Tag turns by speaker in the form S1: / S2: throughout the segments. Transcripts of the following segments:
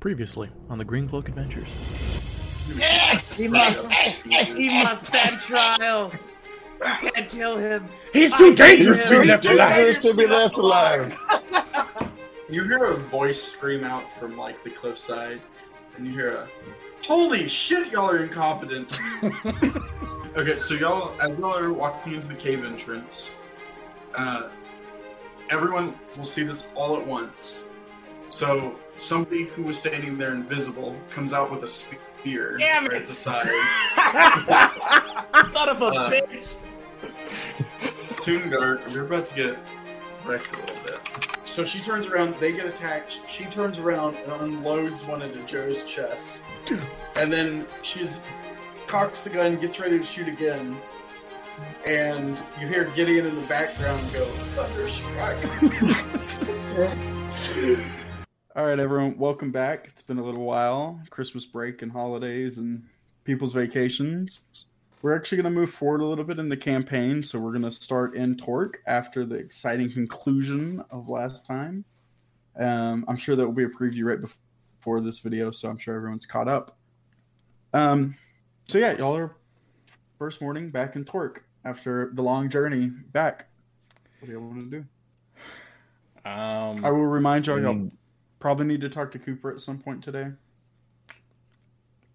S1: Previously on the Green Cloak Adventures.
S2: He must. he must stand trial. You can't kill him.
S3: He's too dangerous
S2: to
S3: to
S2: be
S3: be left alive.
S4: dangerous to be left alive.
S5: You hear a voice scream out from like the cliffside, and you hear a "Holy shit, y'all are incompetent." okay, so y'all, as y'all are walking into the cave entrance, uh, everyone will see this all at once. So somebody who was standing there invisible comes out with a spear
S2: Damn
S5: right
S2: it.
S5: at the side.
S2: Son of a
S5: Uh,
S2: bitch.
S5: Toongar, you're about to get wrecked a little bit. So she turns around, they get attacked. She turns around and unloads one into Joe's chest. And then she's cocks the gun, gets ready to shoot again. And you hear Gideon in the background go, Thunderstruck. All right, everyone, welcome back. It's been a little while. Christmas break and holidays and people's vacations. We're actually going to move forward a little bit in the campaign, so we're going to start in Torque after the exciting conclusion of last time. Um, I'm sure that will be a preview right bef- before this video, so I'm sure everyone's caught up. Um, so yeah, y'all are first morning back in Torque after the long journey back. What do y'all want to do? I
S3: Um,
S5: will remind y'all, y'all
S4: Mm.
S5: probably need to talk to Cooper at some point today.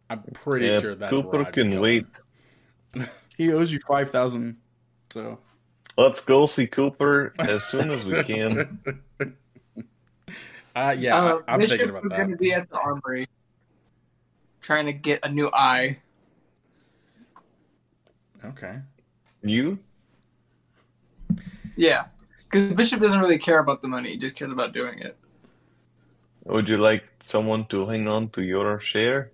S3: I'm pretty
S4: Yeah,
S3: sure that's where
S4: Eh, Cooper
S3: I'd
S4: can
S3: go.
S4: wait.
S5: He owes you five thousand, so
S4: Let's go see Cooper as soon as we can.
S3: Uh, yeah,
S6: Uh,
S3: I, I'm
S6: Bishop
S3: thinking about
S6: was going to
S3: that.
S6: be at the armory, trying to get a new eye.
S3: Okay.
S4: You?
S6: Yeah, because Bishop doesn't really care about the money; he just cares about doing it.
S4: Would you like someone to hang on to your share?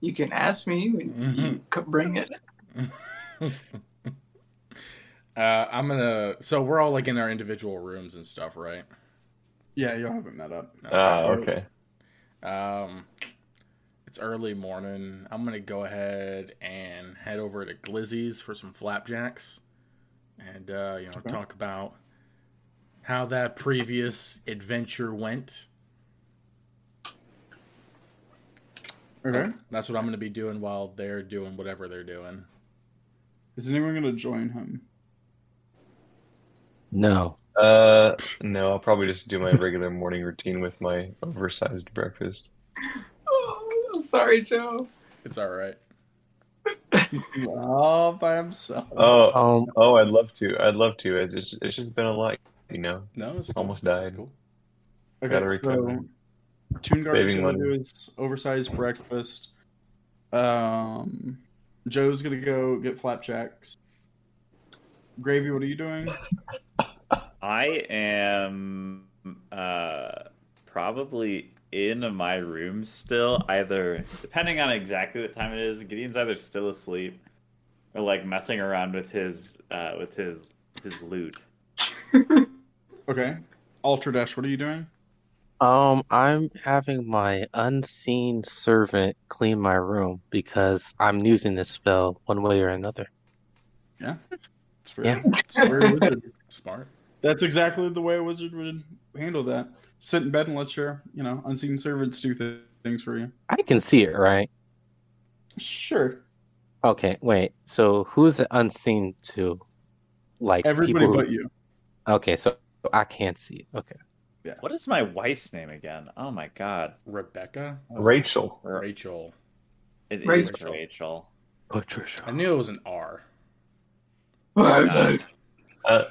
S6: You can ask me when
S3: Mm-hmm.
S6: you c- bring it.
S3: Uh, I'm gonna. So we're all like in our individual rooms and stuff, right?
S5: yeah, y'all haven't met up.
S4: Ah, okay.
S3: Um, it's early morning. I'm gonna go ahead and head over to Glizzy's for some flapjacks, and uh, you know
S5: Okay.
S3: talk about how that previous adventure went.
S5: Okay.
S3: That's what I'm gonna be doing while they're doing whatever they're doing.
S5: Is anyone going to join him?
S7: No.
S4: Uh, no, I'll probably just do my regular morning routine with my oversized breakfast.
S6: Oh, I'm sorry, Joe.
S3: It's all right.
S5: All by himself.
S4: Oh,
S7: Um,
S4: oh, I'd love to. I'd love to. It's just, it's just been a lot, you know.
S3: No, it's
S4: Almost
S3: cool. It's
S4: died.
S3: cool.
S5: okay,
S4: gotta recover.
S5: so Toon Guard
S4: Saving
S5: is going to do
S4: money.
S5: his oversized breakfast. Um, Joe's going to go get flapjacks. Gravy, what are you doing?
S8: I am uh, probably in my room still, either depending on exactly what time it is. Gideon's either still asleep or like messing around with his uh, with his his loot.
S5: Okay. Ultra Dash, what are you doing?
S7: um, I'm having my unseen servant clean my room because I'm using this spell one way or another.
S5: It's for,
S7: Yeah.
S5: it's for a wizard.
S3: Smart.
S5: That's exactly the way a wizard would handle that. Sit in bed and let your, you know, unseen servants do th- things for you.
S7: I can see it, right?
S5: Sure.
S7: Okay, wait. So who's it unseen to? Like
S5: Everybody
S7: people who-
S5: but you.
S7: Okay, so I can't see it. Okay.
S8: What is my wife's name again? Oh my god,
S3: Rebecca,
S4: Rachel.
S3: Rachel.
S8: it is
S6: Rachel.
S8: Rachel.
S3: I
S7: Patricia.
S3: knew it was an R.
S5: So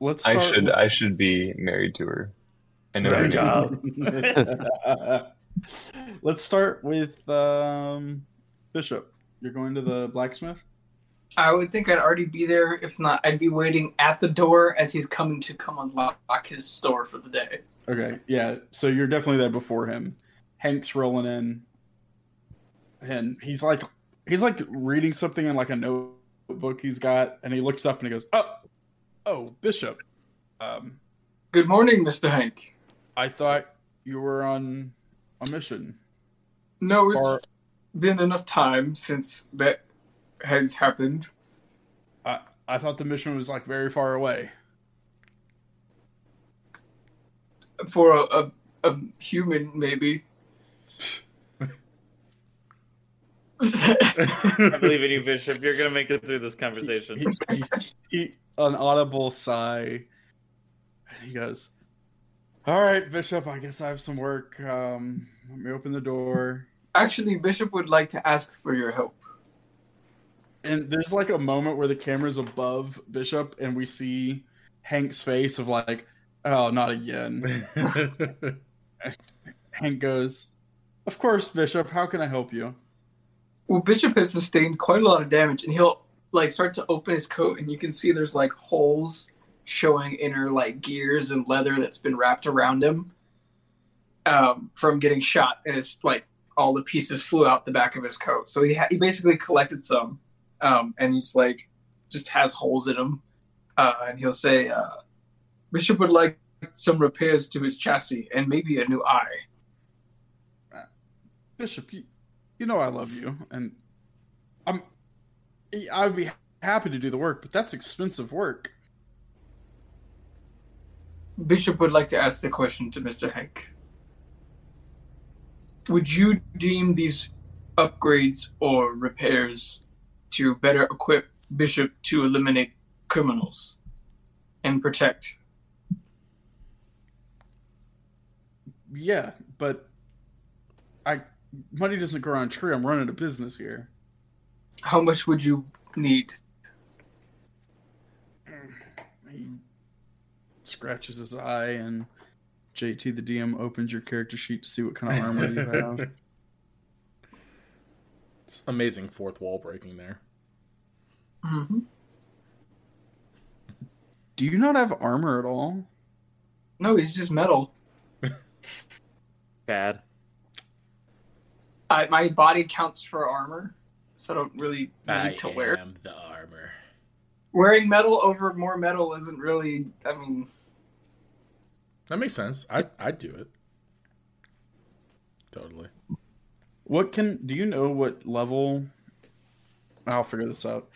S5: let's.
S4: I
S5: start
S4: should,
S5: with-
S4: I should be married to her. I know. her
S8: Right.
S4: name.
S5: Let's start with um, Bishop. You're going to the blacksmith.
S6: I would think I'd already be there. If not, I'd be waiting at the door as he's coming to come unlock his store for the day.
S5: Okay, yeah. So you're definitely there before him. Hank's rolling in, and he's like, he's like reading something in like a notebook he's got, and he looks up and he goes, "Oh, oh, Bishop. Um,
S6: Good morning, Mister Hank.
S5: I thought you were on a mission.
S6: No, it's
S5: Or
S6: been enough time since that has happened.
S5: I, I thought the mission was like very far away."
S6: For a, a, a human, maybe.
S8: I believe in you, Bishop. You're gonna make it through this conversation.
S5: he, he, he- an audible sigh. And he goes, All right, Bishop, I guess I have some work. Um, let me open the door.
S6: Actually, Bishop would like to ask for your help.
S5: And there's like a moment where the camera's above Bishop and we see Hank's face of like, Oh, not again. Hank goes, Of course, Bishop, how can I help you?
S6: Well, Bishop has sustained quite a lot of damage, and he'll like start to open his coat, and you can see there's like holes showing inner like gears and leather that's been wrapped around him um, from getting shot, and it's like all the pieces flew out the back of his coat. So he ha- he basically collected some, um, and he's like just has holes in him, uh, and he'll say, uh, "Bishop would like some repairs to his chassis and maybe a new eye."
S5: Bishop, you, you know I love you, and I'm I would be happy to do the work, but that's expensive work.
S6: Bishop would like to ask the question to Mr. Hank. Would you deem these upgrades or repairs to better equip Bishop to eliminate criminals and protect?
S5: Yeah, but I money doesn't grow on a tree. I'm running a business here.
S6: How much would you need?
S5: He scratches his eye, and JT the DM opens your character sheet to see what kind of armor you have.
S3: It's amazing fourth wall breaking there.
S6: Mm-hmm.
S5: Do you not have armor at all?
S6: No, it's just metal.
S8: Bad.
S6: I, my body counts for armor, so I don't really need to wear.
S3: am the armor.
S6: Wearing metal over more metal isn't really. I mean,
S3: That makes sense. I I'd do it. Totally.
S5: What can do you know what level? I'll figure this out.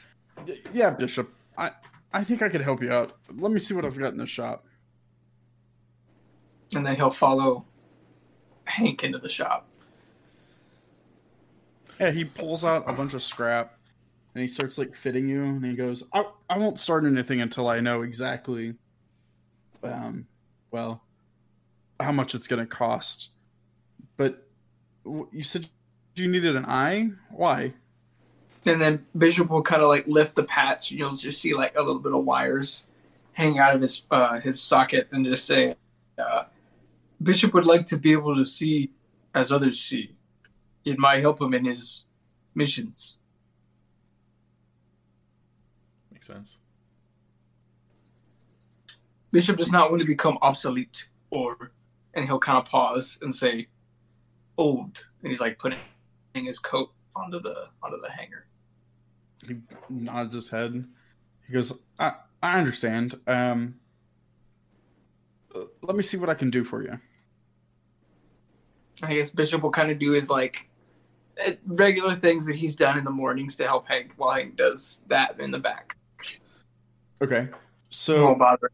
S5: Y- Yeah, Bishop, I I think I could help you out. Let me see what I've got in the shop.
S6: and then he'll follow Hank into the shop.
S5: Yeah, he pulls out a bunch of scrap and he starts like fitting you and he goes, I, I won't start anything until I know exactly um well how much it's gonna cost. But w- you said you needed an eye? Why?
S6: And then Bishop will kind of like lift the patch, and you'll just see like a little bit of wires hanging out of his uh, his socket, and just say, uh, "Bishop would like to be able to see as others see. It might help him in his missions."
S3: Makes sense.
S6: Bishop does not want to become obsolete, or and he'll kind of pause and say, "Old," and he's like putting his coat onto the onto the hanger.
S5: He nods his head. He goes, I, I understand. Um, uh, let me see what I can do for you.
S6: I guess Bishop will kind of do his like eh, regular things that he's done in the mornings to help Hank while Hank does that in the back.
S5: Okay.
S6: He
S5: So
S6: won't bother.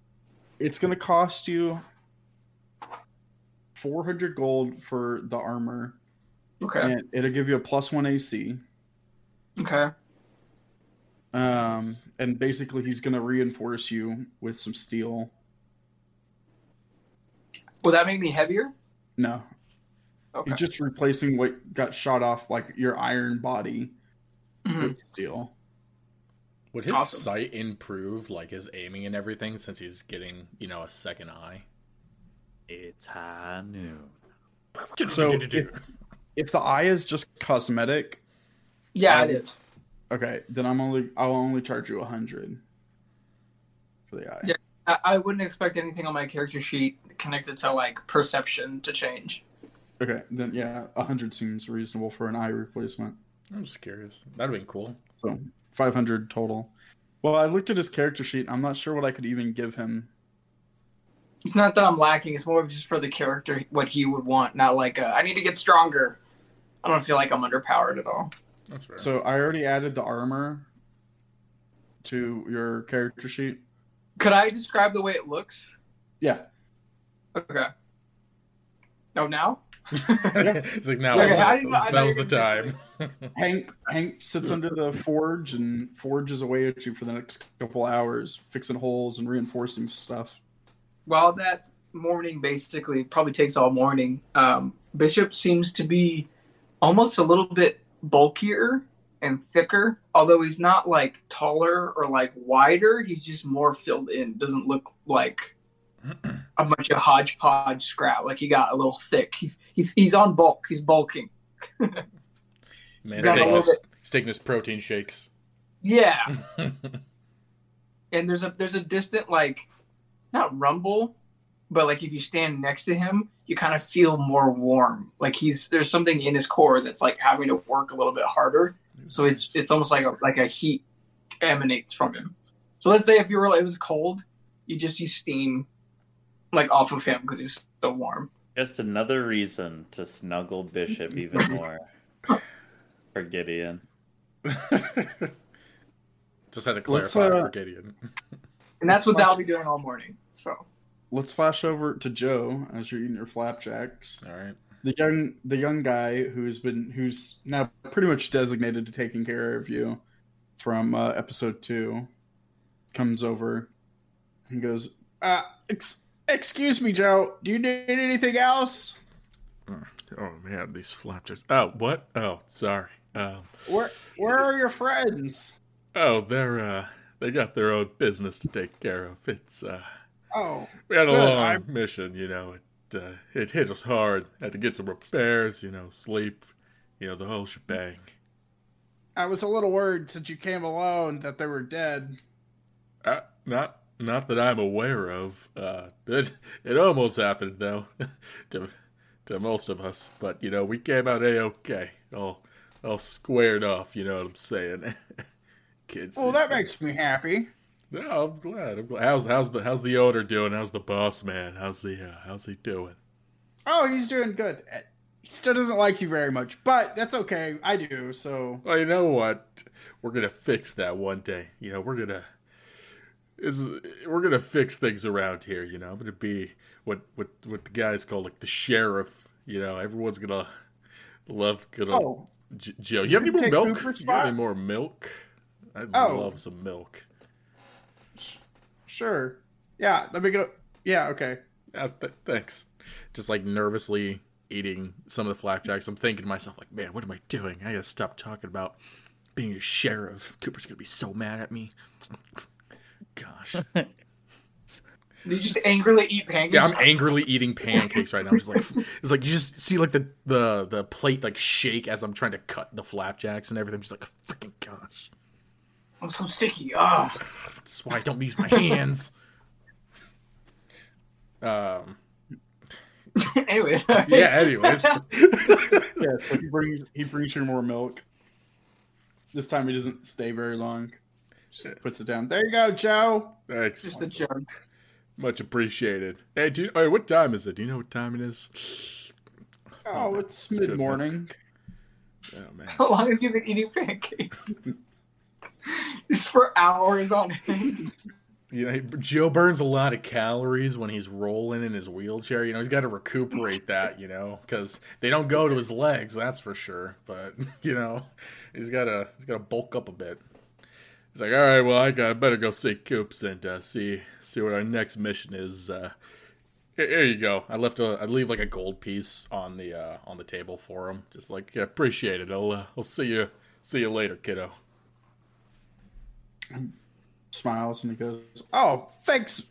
S5: it's going to cost you 400 gold for the armor,
S6: Okay.
S5: and it'll give you a plus one AC.
S6: Okay.
S5: Um, and basically, he's going to reinforce you with some steel.
S6: Will that make me heavier?
S5: No,
S6: Okay.
S5: he's just replacing what got shot off, like your iron body,
S6: Mhm.
S5: with steel.
S3: Would his
S6: Awesome.
S3: sight improve, like his aiming and everything, since he's getting, you know, a second eye?
S8: It's high noon.
S5: So if, if the eye is just cosmetic,
S6: Yeah,
S5: Um,
S6: it is.
S5: Okay, then I'm only I'll only charge you a hundred for the eye.
S6: Yeah. I, I wouldn't expect anything on my character sheet connected to like perception to change.
S5: Okay, then yeah, a hundred seems reasonable for an eye replacement.
S3: I'm just curious. That'd been cool.
S5: So five hundred total. Well, I looked at his character sheet. I'm not sure what I could even give him.
S6: It's not that I'm lacking. It's more of just for the character what he would want, not like uh, I need to get stronger. I don't feel like I'm underpowered at all.
S3: That's fair.
S5: So I already added the armor to your character sheet.
S6: Could I describe the way it looks?
S5: Yeah,
S6: Okay. Oh, now?
S3: it's like now
S6: Okay, how
S3: that
S6: do you-
S3: was,
S6: I know
S3: that was
S6: you're
S3: the time.
S5: Hank Hank sits under the forge and forges away at you for the next couple hours, fixing holes and reinforcing stuff.
S6: while that morning basically probably takes all morning, um, Bishop seems to be almost a little bit bulkier and thicker, although he's not like taller or like wider. He's just more filled in. Doesn't look like a bunch of hodgepodge scrap. Like he got a little thick. He's he's, he's on bulk. He's bulking.
S3: Man,
S6: He's
S3: he's
S6: got a
S3: taking,
S6: little
S3: his,
S6: bit.
S3: he's taking his protein shakes.
S6: Yeah. and there's a there's a distant like not rumble but like if you stand next to him you kind of feel more warm like he's there's something in his core that's like having to work a little bit harder so it's it's almost like a like a heat emanates from him so let's say if you were it was cold you just see steam like off of him because he's so warm
S8: Just another reason to snuggle Bishop even more. For Gideon.
S3: Just had to
S5: Let's,
S3: clarify
S5: uh,
S3: for Gideon.
S6: and that's what that'll be doing all morning so
S5: Let's flash over to Joe as you're eating your flapjacks.
S3: All right.
S5: The young the young guy who's been who's now pretty much designated to taking care of you from uh, episode two comes over and goes, uh, ex- "Excuse me, Joe. Do you need anything else?
S3: Oh man, these flapjacks. Oh, what? Oh, sorry. Um,
S5: Where where are your friends?
S3: oh, they're uh, they got their own business to take care of. It's uh,
S5: Oh,
S3: we had a
S5: Good,
S3: long
S5: I'm-
S3: mission, you know. It uh, it hit us hard. Had to get some repairs, you know, sleep, you know, the whole shebang.
S5: I was a little worried since you came alone that they were dead.
S3: Uh, not not that I'm aware of. Uh, it, it almost happened though, to to most of us. But you know, we came out a okay, all all squared off. You know what I'm saying, kids?
S5: Well,
S3: these
S5: that
S3: days.
S5: makes me happy.
S3: No, I'm glad. I'm glad. How's how's the how's the owner doing? How's the boss man? How's the uh, how's he doing?
S5: Oh, he's doing good. Eh, He still doesn't like you very much, but that's okay. I do. So
S3: Well, you know what? We're gonna fix that one day. You know, we're gonna is we're gonna fix things around here. You know, I'm gonna be what what what the guys call like the sheriff. You know, everyone's gonna love good old
S5: oh,
S3: J- Joe. You have any
S5: can
S3: more
S5: take
S3: milk?
S5: Cooper's
S3: You got
S5: spot.
S3: any more milk? I would
S5: Oh.
S3: love some milk.
S5: sure. Yeah, let me go. Yeah, okay.
S3: Yeah, Uh, th- thanks. Just like nervously eating some of the flapjacks. I'm thinking to myself, like, man, what am I doing? I gotta stop talking about being a sheriff. Cooper's gonna be so mad at me. Gosh.
S6: do you just angrily eat pancakes
S3: Yeah, I'm angrily eating pancakes right now. I'm just like, it's like you just see like the the the plate like shake as I'm trying to cut the flapjacks and everything. I'm just like, freaking gosh,
S6: I'm so sticky ah
S3: that's why I don't use my hands. Um.
S6: anyways
S3: Yeah. Anyways.
S5: Yeah, so he brings he brings you more milk. This time he doesn't stay very long. Just puts it down. There you go, Joe.
S3: Thanks.
S6: just a joke
S3: Much appreciated. Hey, do you, hey, what time is it? Do you know what time it is?
S5: Oh, it's
S3: It's good
S5: mid morning.
S3: Oh man.
S6: How long have you been eating pancakes? Just for hours on end.
S3: You know, Joe burns a lot of calories when he's rolling in his wheelchair. You know, he's got to recuperate that. You know, because they don't go to his legs, that's for sure. But you know, he's got to he's got to bulk up a bit. He's like, all right, well, I got better go see Coops and uh, see see what our next mission is. Uh, here, here you go. I left a I leave like a gold piece on the uh, on the table for him. Just like yeah, appreciate it. I'll uh, I'll see you see you later, kiddo.
S5: Smiles and he goes, "Oh, thanks,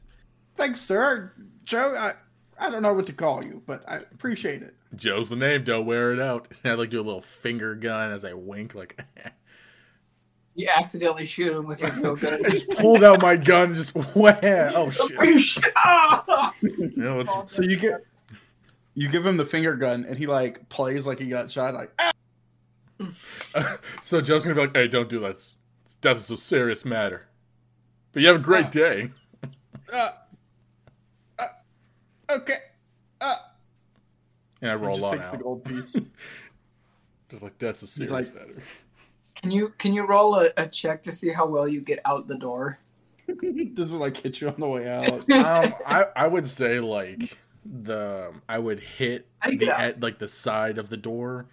S5: thanks, sir, Joe. I, I don't know what to call you, but I appreciate it."
S3: Joe's the name. Don't wear it out. I like do a little finger gun as I wink, like
S6: You accidentally shoot him with your go
S3: I just pulled out my gun, and just wham! Oh shit!
S6: ah!
S3: You know, it's-
S5: So you get you give him the finger gun and he like plays like he got shot like "Ah!"
S3: so Joe's gonna be like, "Hey, don't do that. It's- Death is a serious matter." But you have a great day.
S5: ah, okay.
S3: And I
S5: He
S3: roll
S5: just
S3: on
S5: takes the
S3: out,
S5: gold piece.
S3: just like that's a serious
S5: like-
S3: matter.
S6: Can you can you roll a, a check to see how well you get out the door?
S5: Does it like hit you on the way out?
S3: Um, I I would say like the I would hit
S6: I
S3: the
S6: get out.
S3: at, like the side of the door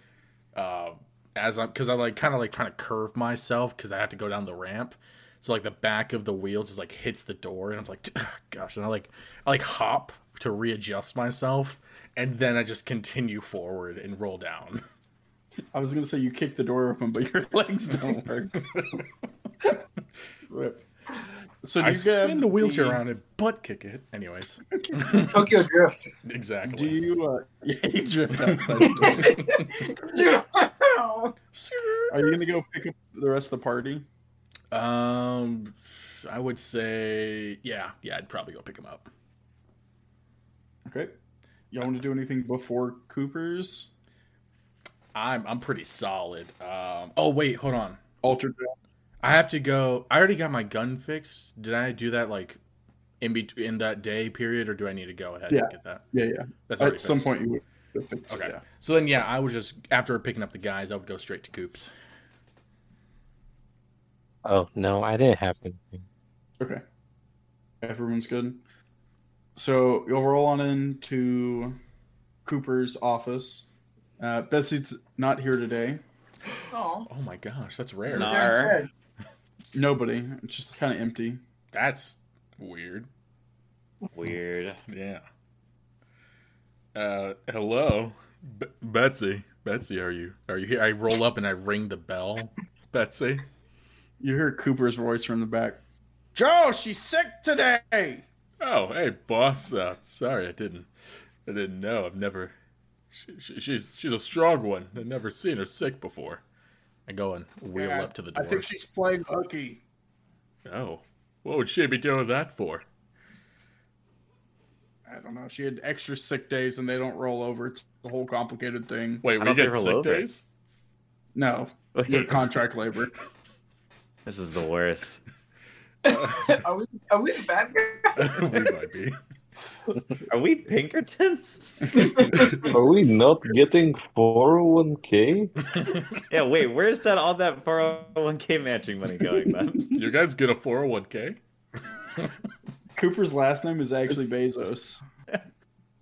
S3: uh, as I'm because I like kind of like trying to curve myself because I have to go down the ramp. So like the back of the wheel just like hits the door and I'm like, gosh, and I like I like hop to readjust myself and then I just continue forward and roll down.
S5: I was gonna say you kick the door open, but your legs don't work. Rip. So do
S3: I
S5: you
S3: spin
S5: grab
S3: the wheelchair around and butt kick it. Anyways,
S6: Tokyo Drift.
S3: exactly.
S5: Do you? Uh, yeah, you drift outside the door. Are you gonna go pick up the rest of the party?
S3: Um, I would say, yeah, yeah, I'd probably go pick him up.
S5: Okay. Y'all want to do anything before Cooper's
S3: I'm I'm pretty solid. Um, oh wait, hold on.
S5: alter draft?
S3: I have to go. I already got my gun fixed. Did I do that like in between in that day period, or do I need to go ahead
S5: Yeah.
S3: and get that?
S5: Yeah, yeah.
S3: That's
S5: At
S3: already
S5: some
S3: fixed.
S5: point you would. fix it,
S3: Okay.
S5: yeah.
S3: So then, yeah, I would just after picking up the guys, I would go straight to Coops.
S7: Oh no, I didn't have anything.
S5: Okay. Everyone's good. So you'll roll on into Cooper's office. Uh, Betsy's not here today.
S6: Oh,
S3: Oh my gosh, that's rare.
S8: No.
S5: Nobody. It's just kind of empty.
S3: That's weird.
S8: Weird.
S3: Yeah. Uh, hello, B- Betsy. Betsy, are you are you here? I roll up and I ring the bell. Betsy.
S5: You hear Cooper's voice from the back. Joe, she's sick today.
S3: Oh, hey, boss. Uh, sorry, I didn't. I didn't know. I've never. She, she, she's she's a strong one. I've never seen her sick before. I go and wheel
S5: Yeah,
S3: up to the door.
S5: she's playing hooky.
S3: Oh, what would she be doing that for?
S5: I don't know. She had extra sick days and they don't roll over. It's a whole complicated thing.
S3: Wait,
S8: I
S3: we
S8: don't
S3: get
S8: think
S3: sick
S8: we'll over it.
S3: days.
S5: No, you're contract labor.
S8: this is the worst.
S6: are we, are we the bad guys?
S3: we might be.
S8: Are we Pinkertons?
S4: Are we not getting 401k?
S8: yeah, wait, where's that all that 401k matching money going then?
S3: You guys get a four hundred one k.
S5: Cooper's last name is actually Bezos.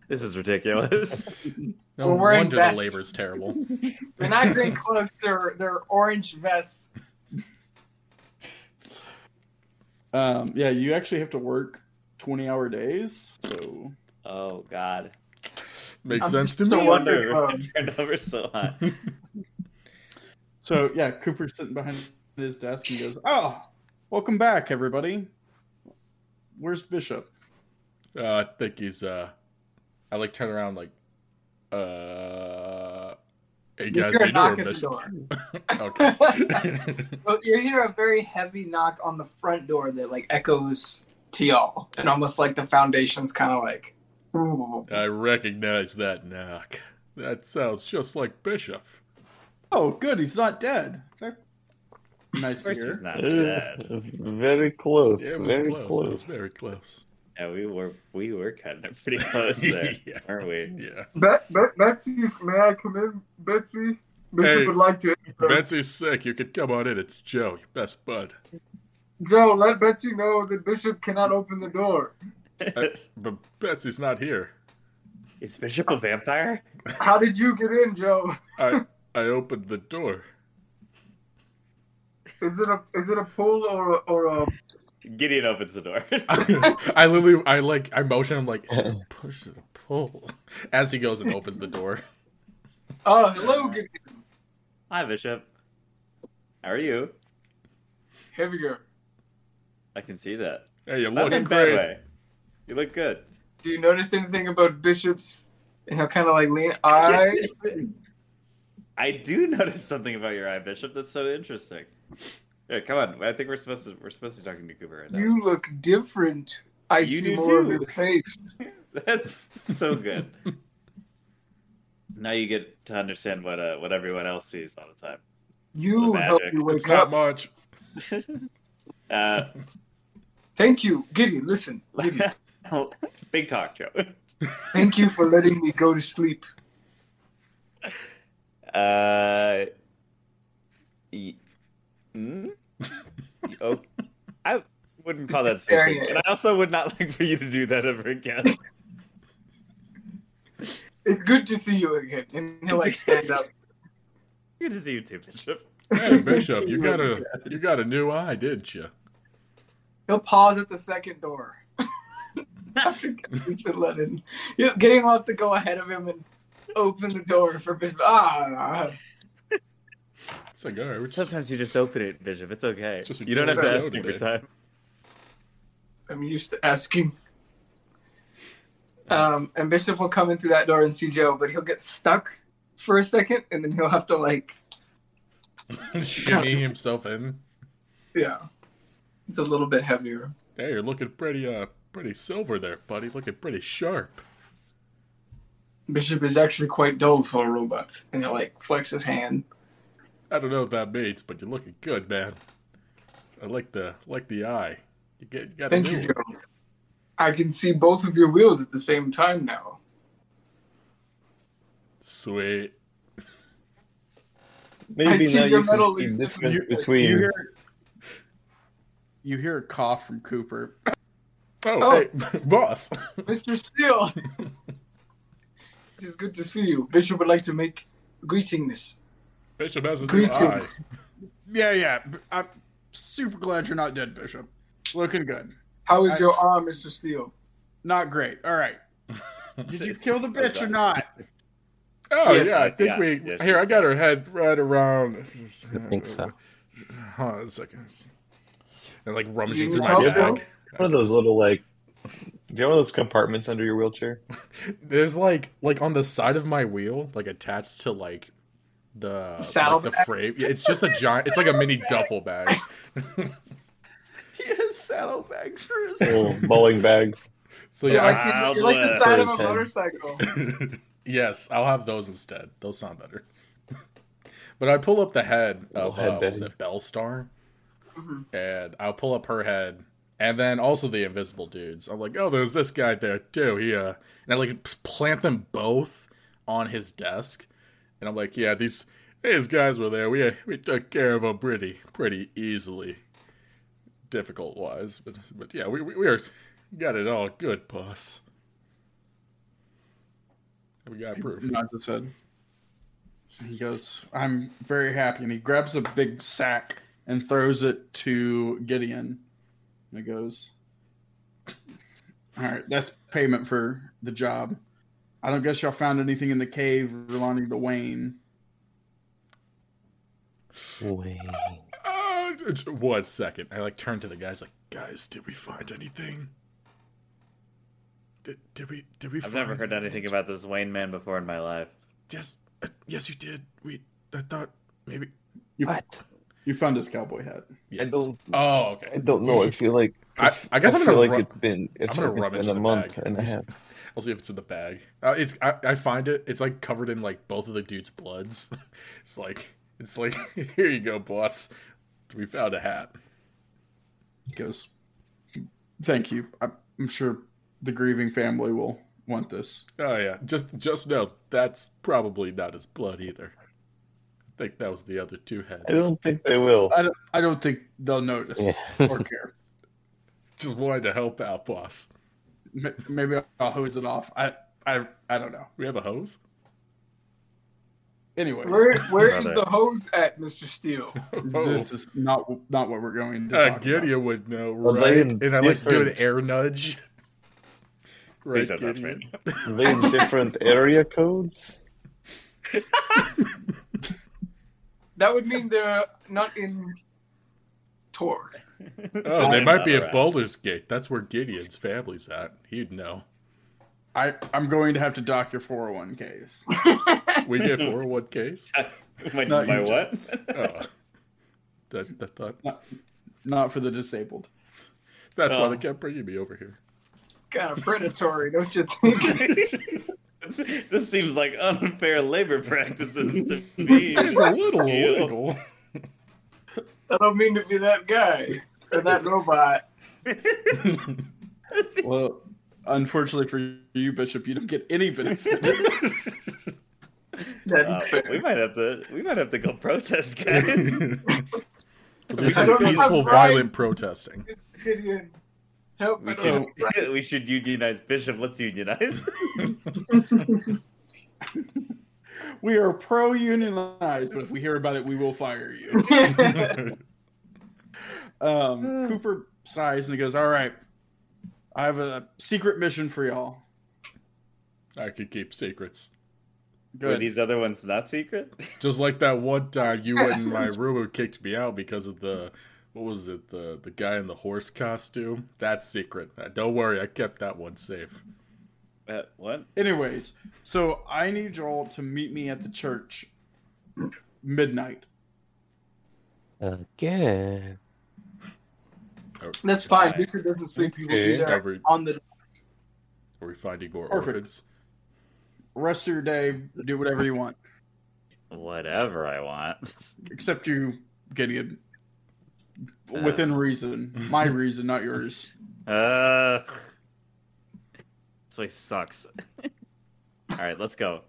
S8: this is ridiculous.
S3: No
S6: We're wearing
S3: wonder
S6: vests.
S3: the labor's terrible.
S6: They're not green cloaks. They're they're orange vests.
S5: Um, yeah, you actually have to work 20 hour days. So
S8: Oh god.
S3: Makes
S6: I'm
S3: sense to
S6: so
S3: me.
S6: wondering-
S8: Wonder why
S6: um,
S8: it turned over so hot.
S5: so yeah, Cooper's sitting behind his desk and goes, Oh, welcome back, everybody. Where's Bishop?
S3: Uh, I think he's. uh I like turn around like. Uh. Hey
S6: You
S3: guys,
S6: hear a
S3: you know
S6: knock
S3: where
S6: at the
S3: Bishop's. okay.
S6: Well, you hear a very heavy knock on the front door that like echoes to y'all, and almost like the foundation's kind of like.
S3: I recognize that knock. That sounds just like Bishop.
S5: Oh, good, he's not dead. That- Nice
S8: Of
S5: to
S8: course he's
S5: hear.
S8: not
S4: Uh,
S8: dead.
S4: very close.
S3: Yeah, it was
S4: very
S3: close. It was
S4: close.
S3: very close.
S8: Yeah, we were we were kind of pretty close there,
S3: yeah.
S8: aren't we?
S3: yeah.
S6: Betsy, may I come in? Betsy,
S3: Bishop Hey. would
S6: like to.
S3: Betsy's sick. You could come on in. It's Joe, your best bud.
S6: Joe, let Betsy know that Bishop cannot open the door.
S3: But Betsy's not here.
S8: Uh, Is Bishop a vampire?
S6: How did you get in, Joe?
S3: I I opened the door.
S6: Is it a is it a pull or a, or a?
S8: Gideon opens the door.
S3: I literally, I like, I motion him like push and pull as he goes and opens the door.
S6: Oh, hello, Gideon.
S8: Hi Bishop. How are you?
S6: heavier.
S8: I can see that.
S3: Hey, you're
S8: Not in a
S3: looking
S8: bad
S3: great.
S8: way. You look good.
S6: Do you notice anything about Bishop's? And he'll kind of like lean. I
S8: I do notice something about your eye, Bishop. That's so interesting. Here, come on. I think we're supposed to we're supposed to be talking to Cooper right now.
S6: You look different. I
S8: You do
S6: see more of
S8: too.
S6: your face.
S8: That's so good. now you get to understand what uh, what everyone else sees all the time.
S6: You
S8: The
S6: help
S8: magic.
S6: me
S3: It's
S6: wake
S3: not
S6: up.
S3: much.
S8: Uh,
S6: Thank you, Gideon. Listen, Gideon.
S8: big talk, Joe.
S6: thank you for letting me go to sleep.
S8: Uh, y- hmm? oh, I wouldn't call that
S6: There
S8: sleeping,
S6: you
S8: and I also would not like for you to do that ever again.
S6: It's good to see you again. And he'll like stand up.
S8: Good to see you too, Bishop.
S3: Hey, Bishop, you got a you got a new eye, didn't you?
S6: He'll pause at the second door. He's been let in. He'll- Getting off to go ahead of him and open the door for Bishop. Ah,
S3: It's like all right, we're just,
S8: Sometimes you just open it, Bishop. It's okay.
S3: Just
S8: you don't have to
S3: ignore
S8: ask
S3: it.
S8: every time.
S6: I'm used to asking. Um, and Bishop will come into that door and see Joe, but he'll get stuck for a second, and then he'll have to like,
S3: shimmy himself in.
S6: yeah, he's a little bit heavier.
S3: Hey, you're looking pretty uh pretty silver there, buddy. Looking pretty sharp.
S6: Bishop is actually quite dull for a robot, and he'll like flex his hand.
S3: I don't know what that means, but you're looking good, man. I like the like the eye. You get you got
S6: Thank
S3: a
S6: you,
S3: new
S6: Joe. I can see both of your wheels at the same time now.
S3: sweet.
S4: Maybe
S6: see
S4: now
S6: your
S4: you
S6: metal
S4: can see
S6: is-
S4: the difference
S5: you-
S4: between.
S5: You hear, you hear a cough from Cooper.
S3: Oh, hey, boss.
S6: Mr. Steele! it is good to see you. Bishop would like to make greetingness.
S3: Bishop has a new eye.
S6: Greetings.
S5: Yeah, yeah. b- I'm super glad you're not dead, Bishop. Looking good.
S6: How is
S5: I-
S6: your arm, Mr. Steele?
S5: Not great. All right. Did you kill the
S8: So
S5: bitch or
S8: bad.
S5: not?
S3: Oh
S8: Yes,
S3: yeah, I think
S8: yeah,
S3: we
S8: yes,
S3: here. I
S8: yes,
S3: got her head right around.
S7: I think so.
S3: Hold on a second. And like rummaging
S6: You
S3: through my
S6: also-
S3: bag.
S4: One of those little like, do you have one of those compartments under your wheelchair?
S3: There's like like on the side of my wheel, like attached to like the
S6: Saddle
S3: like, the
S6: bag?
S3: frame. Yeah, it's just a giant. It's like a mini duffel bag.
S5: He has saddlebags for his.
S4: Little bowling bag.
S3: So yeah,
S6: You're
S3: I-
S6: like, you're- you're like
S8: Wild
S6: the side of a
S4: West.
S6: motorcycle.
S3: yes, I'll have those instead. Those sound better. but I pull up the head
S4: Little
S3: of
S4: head
S3: uh, what was
S4: daddies.
S3: it Bellstar,
S6: Mhm.
S3: and I'll pull up her head, and then also the invisible dudes. I'm like, oh, there's this guy there too. He uh, and I like p- plant them both on his desk, and I'm like, yeah, these these guys were there. We uh, we took care of them pretty pretty easily, difficult wise, but but yeah, we we, we are, got it all good, boss. We got proof.
S5: Nods his head. He goes, I'm very happy. And he grabs a big sack and throws it to Gideon. And he goes, All right, that's payment for the job. I don't guess y'all found anything in the cave relating to Wayne.
S7: Wait.
S3: Uh, j- j- one second. I like turn to the guys like, guys, did we find anything? Did, did we did we
S8: I've
S3: find
S8: never heard anything about this Wayne man before in my life.
S3: Yes uh, yes you did. We I thought maybe
S7: What?
S5: You found his cowboy hat.
S3: Yeah.
S4: I don't.
S3: Oh okay.
S4: I don't know. I feel like.
S3: I- I guess I'm
S4: feel
S3: gonna
S4: like
S3: ru-
S4: it's been. It's
S3: gonna
S4: like it's
S3: rummage
S4: been
S3: in
S4: a
S3: the
S4: month
S3: bag.
S4: and a half.
S3: I'll see if it's in the bag. Uh, it's I, I find it. It's like covered in like both of the dude's bloods. It's like it's like here you go, boss. We found a hat.
S5: He goes, Thank you. I- I'm sure the grieving family will want this.
S3: Oh yeah. Just just know that's probably not his blood either. I think that was the other two heads.
S4: I don't think they will.
S5: I don't, I don't think they'll notice
S7: Yeah.
S5: or care.
S3: Just wanted to help out, boss.
S5: M- Maybe I'll hose it off. I, I, I don't know.
S3: We have a hose?
S5: Anyways,
S6: Where, where is
S8: Brother.
S6: the hose at, Mr. Steele?
S3: Oh,
S5: this is not not what we're going to
S3: uh,
S5: talk
S3: Gideon would know,
S4: Well,
S3: right?
S4: they in
S3: and I like do an
S4: different-
S3: air nudge. Right,
S8: Please don't touch
S3: Gideon?
S8: me.
S4: Are they in different area codes.
S6: That would mean they're not in Tor.
S3: Oh, they might be
S8: Another
S3: at
S8: act.
S3: Baldur's Gate. That's where Gideon's family's at. He'd know.
S5: about. I I'm going to have to dock your 401ks.
S3: We get 401ks?
S8: my
S5: No,
S8: my
S5: you-
S8: what?
S3: Oh. That, that thought,
S5: Not, not for the disabled.
S3: that's why
S8: Oh.
S3: they kept bringing me over here.
S6: Kind of predatory, don't you think?
S8: This- this seems like unfair labor practices to me.
S3: It's a little
S8: You.
S3: illegal.
S6: I don't mean to be that guy or that robot.
S5: Well, unfortunately for you, Bishop, you don't get any benefit.
S6: That
S8: Uh,
S6: is fair.
S8: we might have to. We might have to go protest, guys.
S3: Just
S6: I don't know if
S3: peaceful,
S6: I'm right.
S3: violent protesting.
S6: Just Gideon, help me.
S8: we should. we should unionize Bishop. Let's unionize.
S5: we are pro unionized, but if we hear about it, we will fire you. Um, Cooper sighs and he goes, All right, I have a secret mission for y'all.
S3: I could keep secrets.
S8: Were
S5: Good.
S8: these other ones not secret?
S3: Just like that one time you went in my room and kicked me out because of the what was it the the guy in the horse costume? That's secret. Uh, Don't worry, I kept that one safe.
S8: Uh, what?
S5: Anyways, so I need y'all to meet me at the church midnight.
S7: Again.
S6: That's fine. Richard doesn't sleep. He will be
S4: Okay.
S6: there
S3: Are we,
S6: on the.
S3: are we finding more
S5: Perfect.
S3: orphans?
S5: Rest of your day, do whatever you want,
S8: Whatever I want.
S5: except you, Gideon. Within reason, my reason, not yours.
S8: Uh, this place sucks. All right, let's go.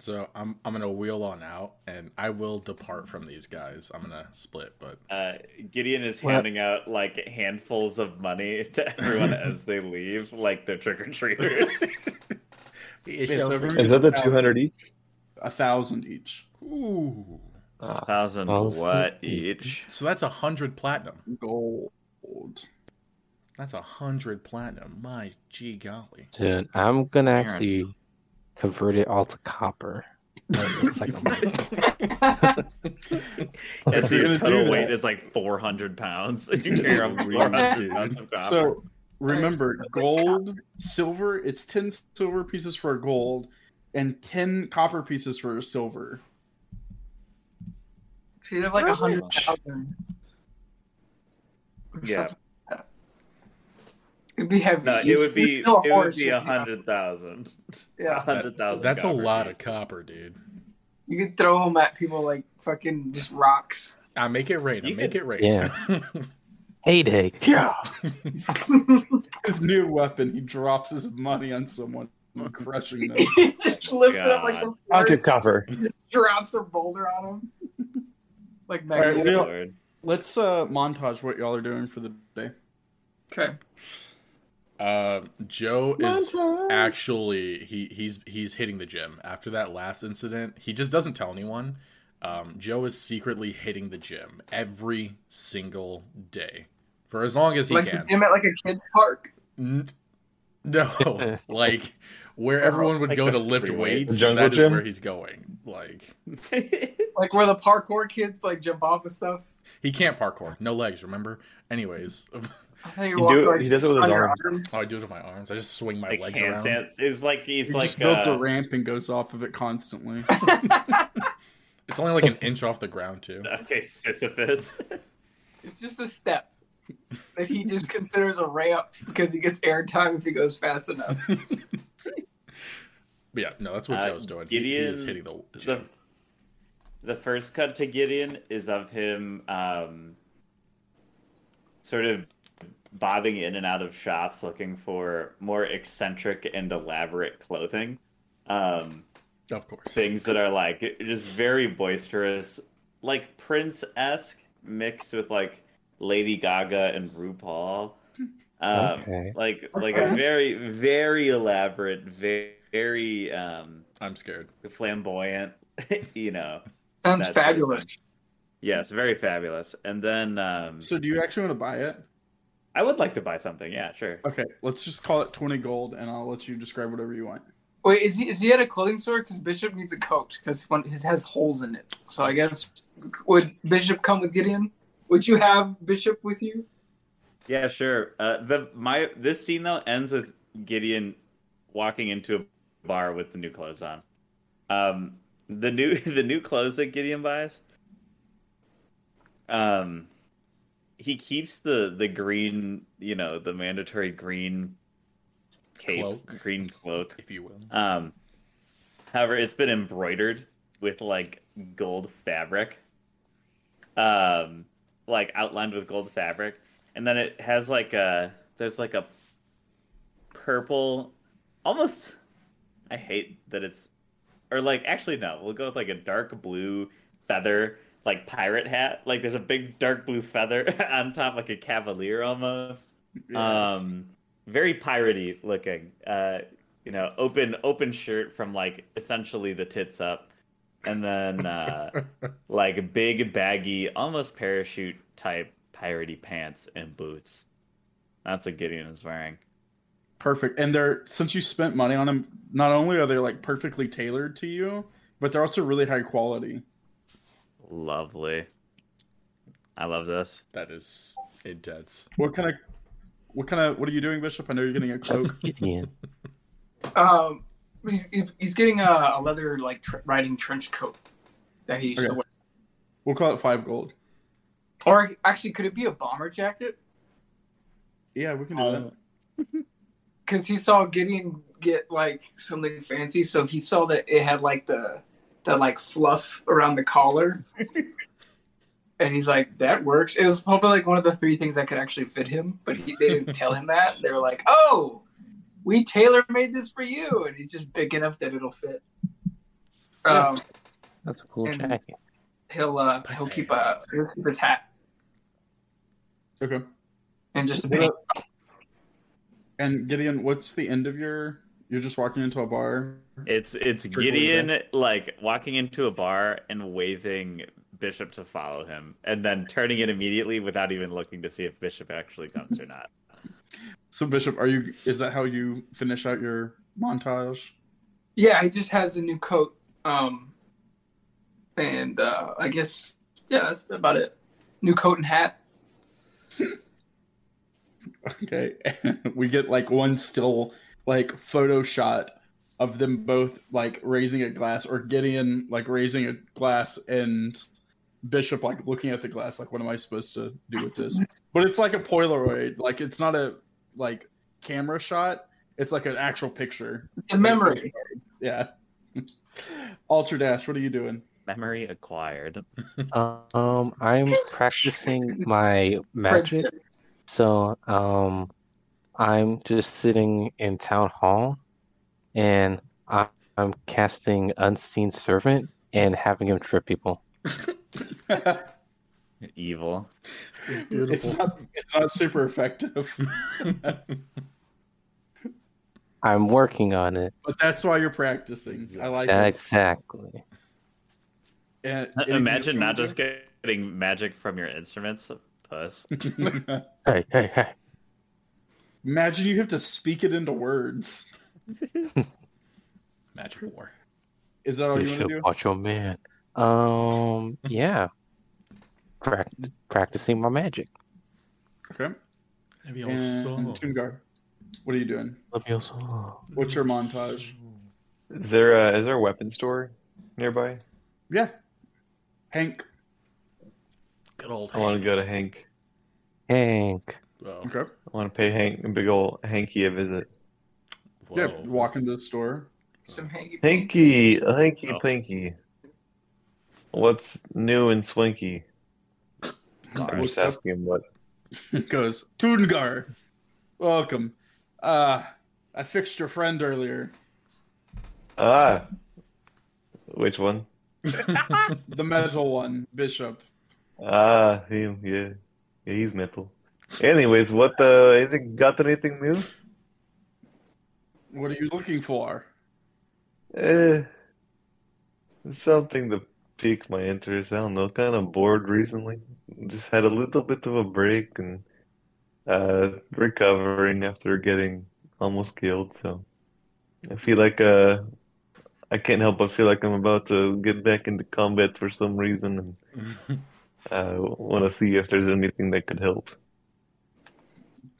S3: So I'm I'm gonna wheel on out and I will depart from these guys. I'm gonna split, but
S8: Uh, Gideon is
S7: What?
S8: handing out like handfuls of money to everyone as they leave, like they're trick or treaters.
S3: Yeah, so if
S4: Is
S3: we-
S4: that the
S6: Uh,
S4: 200 each?
S5: A thousand each
S3: Ooh.
S7: Ah,
S8: Thousand
S7: Well,
S8: what
S7: it's-
S8: each?
S3: So that's a hundred platinum.
S5: gold.
S3: That's a hundred platinum. My gee golly.
S7: dude, I'm going to actually convert it all to copper. It's like a-
S8: That's
S5: you're gonna
S8: your
S5: do
S8: total
S5: that-
S8: weight is like four hundred pounds. You carry around
S3: Jesus,
S8: 400
S3: dude.
S8: pounds of copper.
S5: So remember,
S6: Alright, so-
S5: gold, silver. It's ten silver pieces for a gold, and ten copper pieces for a silver.
S6: See, they have like a
S8: Really?
S6: hundred thousand.
S8: Yeah.
S6: It'd be heavy.
S8: no, it
S6: You-
S8: would be
S6: you know,
S8: it would
S6: horse
S8: be
S6: would
S8: a hundred thousand. A
S6: Yeah,
S8: hundred thousand.
S3: That's a
S8: copper
S3: lot
S8: pieces.
S3: of copper, dude.
S6: you could throw them at people like fucking just rocks.
S3: I Ah, make it rain. I
S8: You
S3: make it rain.
S7: Yeah. Heyday. Yeah.
S5: His new weapon. He drops his money on someone, crushing them.
S6: he just lifts it up like a
S8: Oh God.
S4: Pocket copper.
S6: drops a boulder on him. Like
S5: right,
S6: Magneto.
S5: we don't-
S8: Lord.
S5: Let's uh, montage what y'all are doing for the day.
S6: Okay.
S3: Uh, Joe is actually he he's he's hitting the gym after that last incident. He just doesn't tell anyone. Um, Joe is secretly hitting the gym every single day for as long as he
S6: like
S3: can.
S6: him at like a kids park.
S3: N- No, Oh, like where everyone would
S8: Like
S3: go
S8: the
S3: to lift
S8: freeway.
S3: weights, that is
S4: Jungle gym?
S3: where he's going. Like
S6: Like where the parkour kids like jump off of stuff.
S3: he can't parkour, no legs. Remember? Anyways, oh,
S6: I thought you
S4: He,
S6: walk
S4: do,
S6: like
S4: he does it with
S6: on
S4: his
S6: your
S4: arm.
S6: arms.
S3: I do it with my arms. I just swing my
S8: like
S3: legs around.
S8: handstands. It's like he's
S5: He
S8: like
S5: just built
S8: uh,
S5: a ramp and goes off of it constantly.
S3: It's only like an inch off the ground too.
S8: Okay, Sisyphus.
S6: It's just a step that he just considers a ramp because he gets airtime if he goes fast enough.
S3: But yeah, no, that's what
S8: Uh,
S3: Joe's doing. He- he is
S8: Gideon-
S3: hitting the.
S8: the the first cut to Gideon is of him um, sort of bobbing in and out of shops looking for more eccentric and elaborate clothing. Um,
S3: Of course.
S8: things that are like just very boisterous, like Prince esque mixed with like Lady Gaga and RuPaul. Um,
S7: Okay.
S8: Like like a very very elaborate, very, very um,
S3: I'm scared.
S8: um, Uh, Um, um, Um, Um, Um, Uh, you know, open open shirt from like essentially the tits up, and then uh, like big baggy, almost parachute type piratey pants and boots. That's what Gideon is wearing.
S5: Perfect. And they're since you spent money on them, not only are they like perfectly tailored to you, but they're also really high quality.
S8: Lovely. I love this.
S3: That is intense.
S5: What kind of what kind of what are you doing, Bishop? I know you're getting a
S7: That's
S5: cloak.
S7: Gideon.
S6: Um, he's, he's getting a, a leather like tr- riding trench coat that he used to
S5: Okay.
S6: wear.
S5: We'll call it five gold.
S6: Or actually, could it be a bomber jacket?
S5: Yeah, we can do that.
S6: Because he saw Gideon get like something fancy, so he saw that it had like the that like fluff around the collar, and he's like, "That works." It was probably like one of the three things that could actually fit him, but he, they didn't tell him that. They were like, "Oh, we tailor made this for you," and he's just big enough that it'll fit. Um,
S7: That's a cool
S6: And-
S7: jacket.
S6: he'll uh, he'll keep uh, he'll keep his hat
S5: Okay.
S6: and just a
S5: What
S6: penny.
S5: And Gideon, what's the end of your? You're just walking into a bar.
S8: It's it's
S5: Pretty cool
S8: Gideon like walking into a bar and waving Bishop to follow him, and then turning it immediately without even looking to see if Bishop actually comes or not.
S5: So Bishop, are you? Is that how you finish out your montage?
S6: Yeah, he just has a new coat. Um, and uh, I guess yeah, that's about it. New coat and hat.
S5: Okay. we get like one still like photo shot of them both like raising a glass or Gideon like raising a glass and Bishop like looking at the glass like what am I supposed to do with this? but it's like a Polaroid. Like it's not a like camera shot. It's like an actual picture.
S6: It's a memory.
S5: Yeah. Ultra Dash, what are you doing?
S8: Memory acquired.
S7: Um, I'm practicing my magic.
S6: Friendship.
S7: So, um, I'm just sitting in town hall, and I- I'm casting unseen servant and having him trip people.
S8: Evil.
S3: It's
S5: it's
S3: beautiful.
S5: not it's not super effective.
S7: I'm working on it.
S5: but that's why you're practicing. I like it.
S7: Exactly.
S5: And-
S8: Imagine not
S5: anything else
S8: just getting magic from your instruments, puss.
S5: you wanna do?
S7: Hey, hey, hey.
S5: Imagine you have to speak it into words.
S3: Magic war.
S5: Is that all
S7: you
S5: Oh, you want to
S7: should
S5: do?
S7: watch your man. Um, yeah. Prac- practicing my magic.
S5: Okay.
S3: Have you all
S5: And
S3: saw?
S5: Toongar, what are you doing?
S7: Love you so.
S5: What's your montage?
S4: Is there a, is there a weapon store nearby?
S5: Yeah. Hank.
S3: Good old
S4: I want to go to Hank.
S7: Hank.
S3: Whoa.
S5: Okay.
S4: I want to pay Hank a big old Hanky a visit.
S3: Whoa.
S5: Yeah. Walk into the store.
S6: Some hanky.
S4: Hanky, a Hanky
S8: Oh.
S4: Pinky. What's new and swanky? I'm
S5: Looks
S4: just
S5: up,
S4: asking him what.
S5: goes, Toongar, welcome. Uh, I fixed your friend earlier.
S4: Ah, which one?
S5: The metal one, Bishop.
S4: Ah, him. Yeah, yeah he's mental. Anyways, what the? Anything got anything new?
S5: What are you looking for?
S4: Eh, something to pique my interest. I don't know. Kind of bored recently. Just had a little bit of a break and uh, recovering after getting almost killed. So I feel like uh, I can't help but feel like I'm about to get back into combat for some reason, and I want to see if there's anything that could help.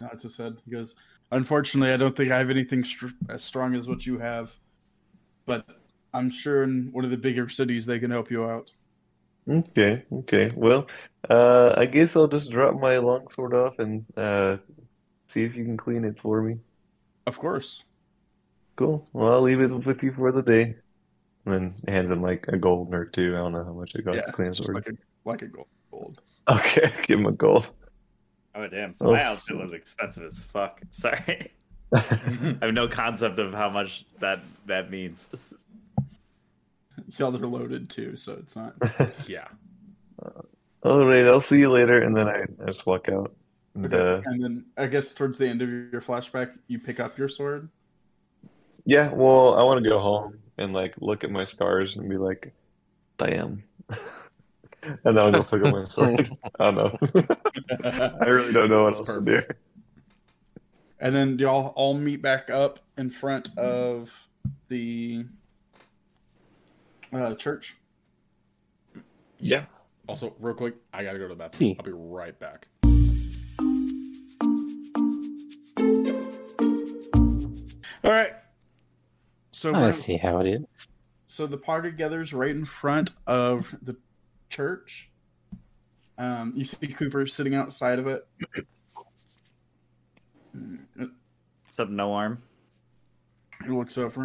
S5: Nods his head. He goes, Unfortunately, I don't think I have anything str- as strong as what you have, but I'm sure in one of the bigger cities they can help you out.
S4: Okay, okay. Well, uh, I guess I'll just drop my longsword off and uh, see if you can clean it for me.
S5: Of course.
S4: Cool. Well, I'll leave it with you for the day. And then hands him like a gold or two. I don't know how much it costs to
S5: Yeah,
S4: clean a
S5: Just
S4: sword.
S5: like a like a gold.
S4: Okay, give him a gold.
S8: Oh damn! So
S4: Oh,
S8: my
S4: s-
S8: outfit was expensive as fuck. Sorry, I have no concept of how much that that means.
S5: Y'all are loaded too, so it's not.
S3: Yeah.
S4: All right, I'll see you later. And then I, I just walk out. And uh,
S5: And then I guess towards the end of your flashback, you pick up your sword.
S4: Yeah, well, I want to go home and like look at my scars and be like, damn. And then I'll go pick up my sword. I don't know. I really don't know what
S3: That's
S4: else to do.
S5: And then y'all all meet back up in front of the uh, church.
S4: Yeah.
S3: Also, real quick, I gotta go to the bathroom.
S7: See.
S3: I'll be right back. All right.
S5: So
S7: I
S5: we're-
S7: see how it is.
S5: so the party gathers right in front of the church. Um, you see Cooper sitting outside of it.
S8: Except no arm.
S5: He looks over.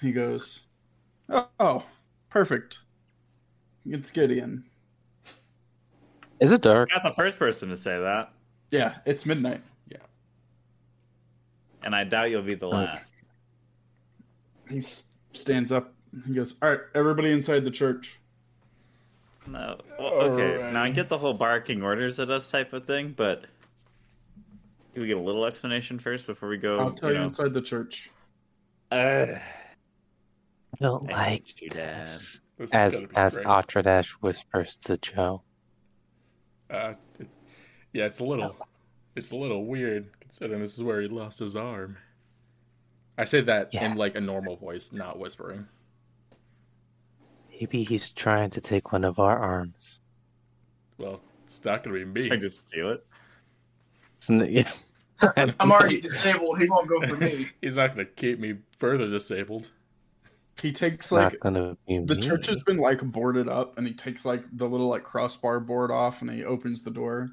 S5: He goes, "Oh, oh perfect. It's Gideon.
S7: Is it dark?
S8: Not the first person to say that,
S5: Yeah, it's midnight."
S8: and I doubt you'll be the
S7: Okay.
S8: last.
S5: He s- stands up. He goes, "All right, everybody inside the church."
S8: No. Well, okay. Now I
S5: Alrighty.
S8: get the whole barking orders at us type of thing, but can we get a little explanation first before we go?
S5: I'll tell you
S8: know?
S5: inside the church.
S8: Ugh,
S7: I don't
S8: I
S7: like
S8: hate you, Dad.
S7: this.
S3: This is
S7: As
S3: gotta be
S7: as
S3: great.
S7: Atradash whispers to Joe.
S3: Uh, it- yeah, it's a little, it's a little weird considering this is where he lost his arm. I say that
S7: Yeah.
S3: in like a normal voice, not whispering.
S7: Maybe he's trying to take one of our arms.
S3: Well, it's not gonna be me.
S8: Trying to steal it.
S7: Isn't it- yeah.
S6: I'm already disabled. He won't go for me.
S3: He's not gonna keep me further disabled.
S5: He takes
S7: It's
S5: like
S7: not gonna be
S5: the
S7: me.
S5: church has been like boarded up, and he takes like the little like crossbar board off, and he opens the door.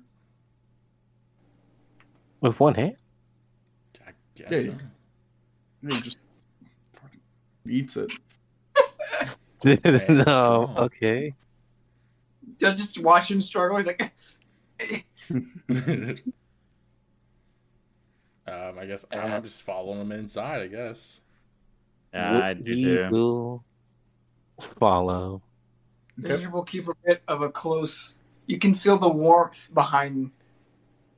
S7: with one hand.
S3: I guess.
S5: Yeah,
S3: so.
S5: you- And he just fucking eats it.
S7: Dude,
S3: That's
S7: no,
S3: strong.
S7: okay.
S6: I just watch him struggle. He's like,
S3: um, I guess I don't know, I'm just following him inside. I guess.
S8: Yeah, I do
S7: We
S8: too.
S7: will follow.
S5: Okay.
S6: miserable keeper bit of a close. You can feel the warmth behind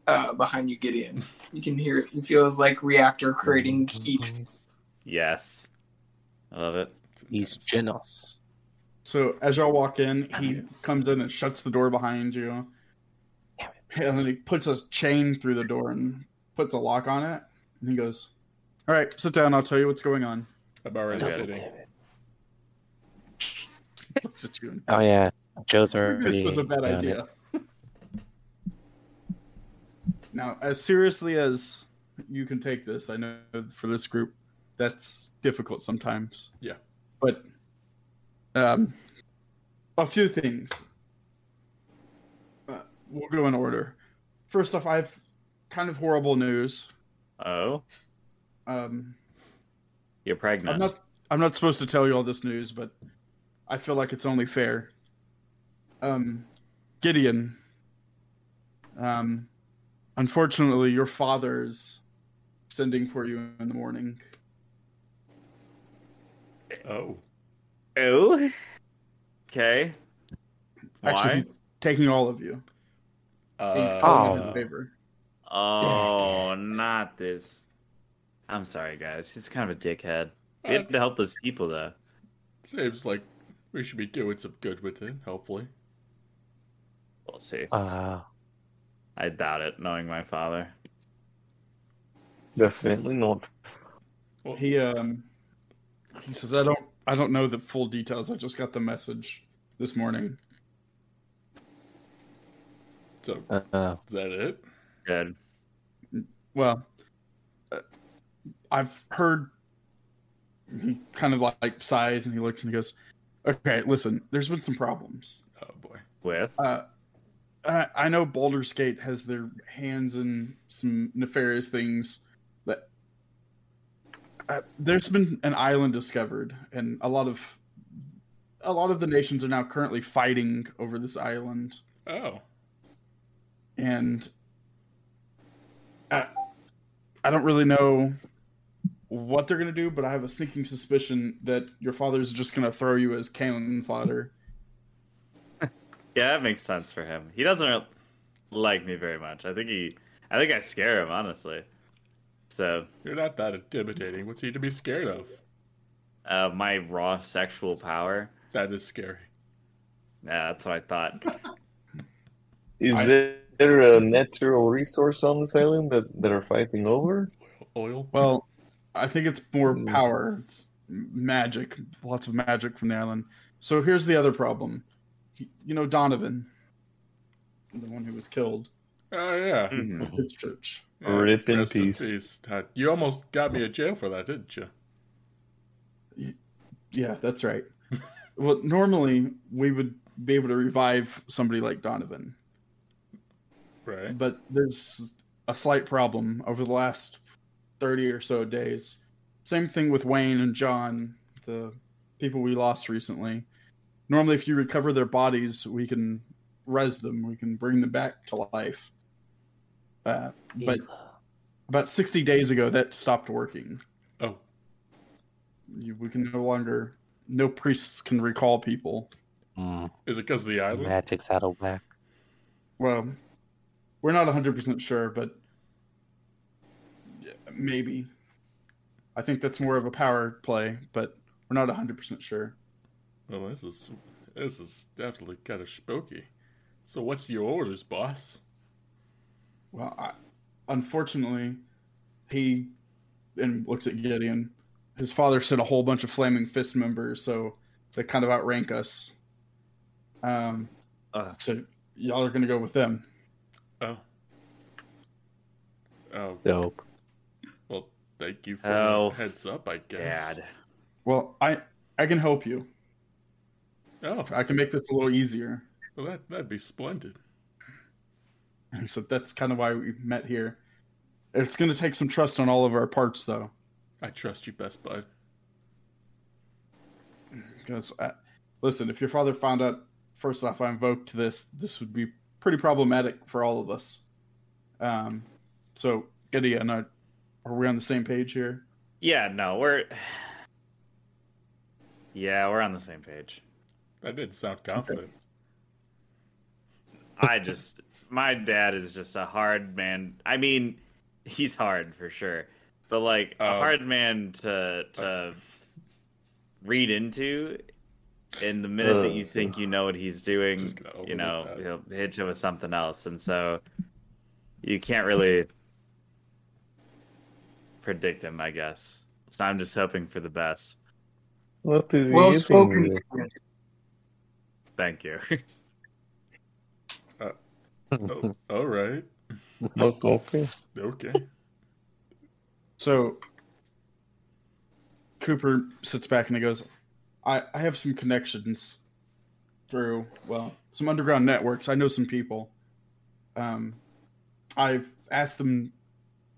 S6: uh, behind you, Gideon. You can hear it. You feel his like reactor creating heat.
S8: Yes, I love it.
S7: He's Genos.
S5: So as y'all walk in, he comes in and shuts the door behind you,
S7: Damn
S5: and then he puts a chain through the door and puts a lock on it. And he goes, "All right, sit down. I'll tell you what's going on."
S3: I'm already
S8: Double
S3: sitting.
S5: Looks at you. and-
S7: Oh yeah, Joe's already.
S5: This was a bad
S7: down it.
S5: idea. now, as seriously as you can take this, I know for this group, that's difficult sometimes.
S3: Yeah.
S5: But um, a few things. Uh, we'll go in order. First off, I have kind of horrible news.
S8: Oh,
S5: Um,
S8: you're pregnant.
S5: I'm not. I'm not supposed to tell you all this news, but I feel like it's only fair. Um, Gideon. Um, unfortunately, your father's sending for you in the morning.
S3: Oh,
S8: Oh. Okay.
S5: Actually,
S8: Why?
S5: he's taking all of you. He's
S3: uh,
S5: calling in
S7: Oh.
S5: his favor.
S8: Oh, not this. I'm sorry, guys. He's kind of a dickhead. We had to help those people, though.
S3: Uh, seems like we should be doing some good with it. Hopefully.
S8: We'll see.
S7: Uh,
S8: I doubt it, knowing my father.
S4: Definitely not.
S3: Well,
S5: He um, he says, "I don't. I don't know the full details. I just got the message this morning."
S3: so
S7: uh, uh,
S3: is that it?
S8: Good.
S5: Well, uh, I've heard. He kind of like, like sighs and he looks and he goes, "Okay, listen. There's been some problems.
S3: Oh boy.
S8: With?
S5: Uh, I, I know Baldur's Gate has their hands in some nefarious things, but uh, there's been an island discovered, and a lot of a lot of the nations are now currently fighting over this island."
S3: Oh.
S5: and I, I don't really know what they're gonna do, but I have a sinking suspicion that your father's just gonna throw you as cannon fodder.
S8: Yeah, that makes sense for him. He doesn't like me very much. I think he. I think I scare him, honestly. So
S3: You're not that intimidating. What's he to be scared of?
S8: uh, my raw sexual power.
S3: That is scary.
S8: Yeah, that's what I thought.
S4: Is
S3: I-
S4: there a natural resource on this island that that are fighting over?
S3: Oil.
S5: Well, I think it's more power. It's magic. Lots of magic from the island. So here's the other problem. You know Donovan, the one who was killed
S3: Oh yeah.
S8: Mhm.
S5: at his church.
S3: Yeah,
S4: Mm. Rip in
S3: rest
S4: peace.
S3: Uh, You almost got me in jail for that, didn't you?
S5: Yeah, that's right. well, normally we would be able to revive somebody like Donovan,
S3: Right.
S5: but there's a slight problem over the last 30 or so days. Same thing with Wayne and John, the people we lost recently. Normally, if you recover their bodies, we can res them, we can bring them back to life. Uh, but about 60 days ago, that stopped working.
S3: Oh,
S5: You, we can no longer, no priests can recall people.
S7: Mm,
S3: is it because of the island?
S7: magic's out of whack.
S5: Well, we're not 100% sure, but yeah, maybe. I think that's more of a power play, but we're not 100% sure.
S3: Well, this is this is definitely kind of spooky. So, what's your orders, boss?
S5: Well, I, unfortunately, he and looks at Gideon. His father sent a whole bunch of flaming fist members, so they kind of outrank us. Um,
S8: Ugh.
S5: so y'all are gonna go with them.
S3: Oh, oh.
S7: Dope.
S3: Well, thank you for
S8: Oh,
S3: the heads up. I guess.
S8: Dad.
S5: Well, I I can help you.
S3: Oh,
S5: I can make this a little easier.
S3: well, that that'd be splendid.
S5: And so that's kind of why we met here. It's going to take some trust on all of our parts, though,
S3: I trust you, best bud.
S5: because uh, listen, if your father found out first off I invoked this, this would be pretty problematic for all of us. Um, so Gideon, are, are we on the same page here?
S8: Yeah, no, we're. Yeah, we're on the same page.
S3: That didn't sound confident.
S8: I just, my dad is just a hard man. I mean, he's hard for sure, but like a
S3: Oh.
S8: hard man to to read into. And the minute that you think you know what he's doing,
S3: Just gonna
S8: you
S3: overlook
S8: know
S3: that.
S8: he'll hit you with something else, and so you can't really predict him. I guess. So I'm just hoping for the best.
S4: What is
S6: Well
S4: he
S6: spoken.
S4: eating?
S8: Thank you.
S3: Oh, all right.
S4: Look, okay.
S3: Okay.
S5: So Cooper sits back and he goes, I, I have some connections through, well, some underground networks. I know some people. Um, I've asked them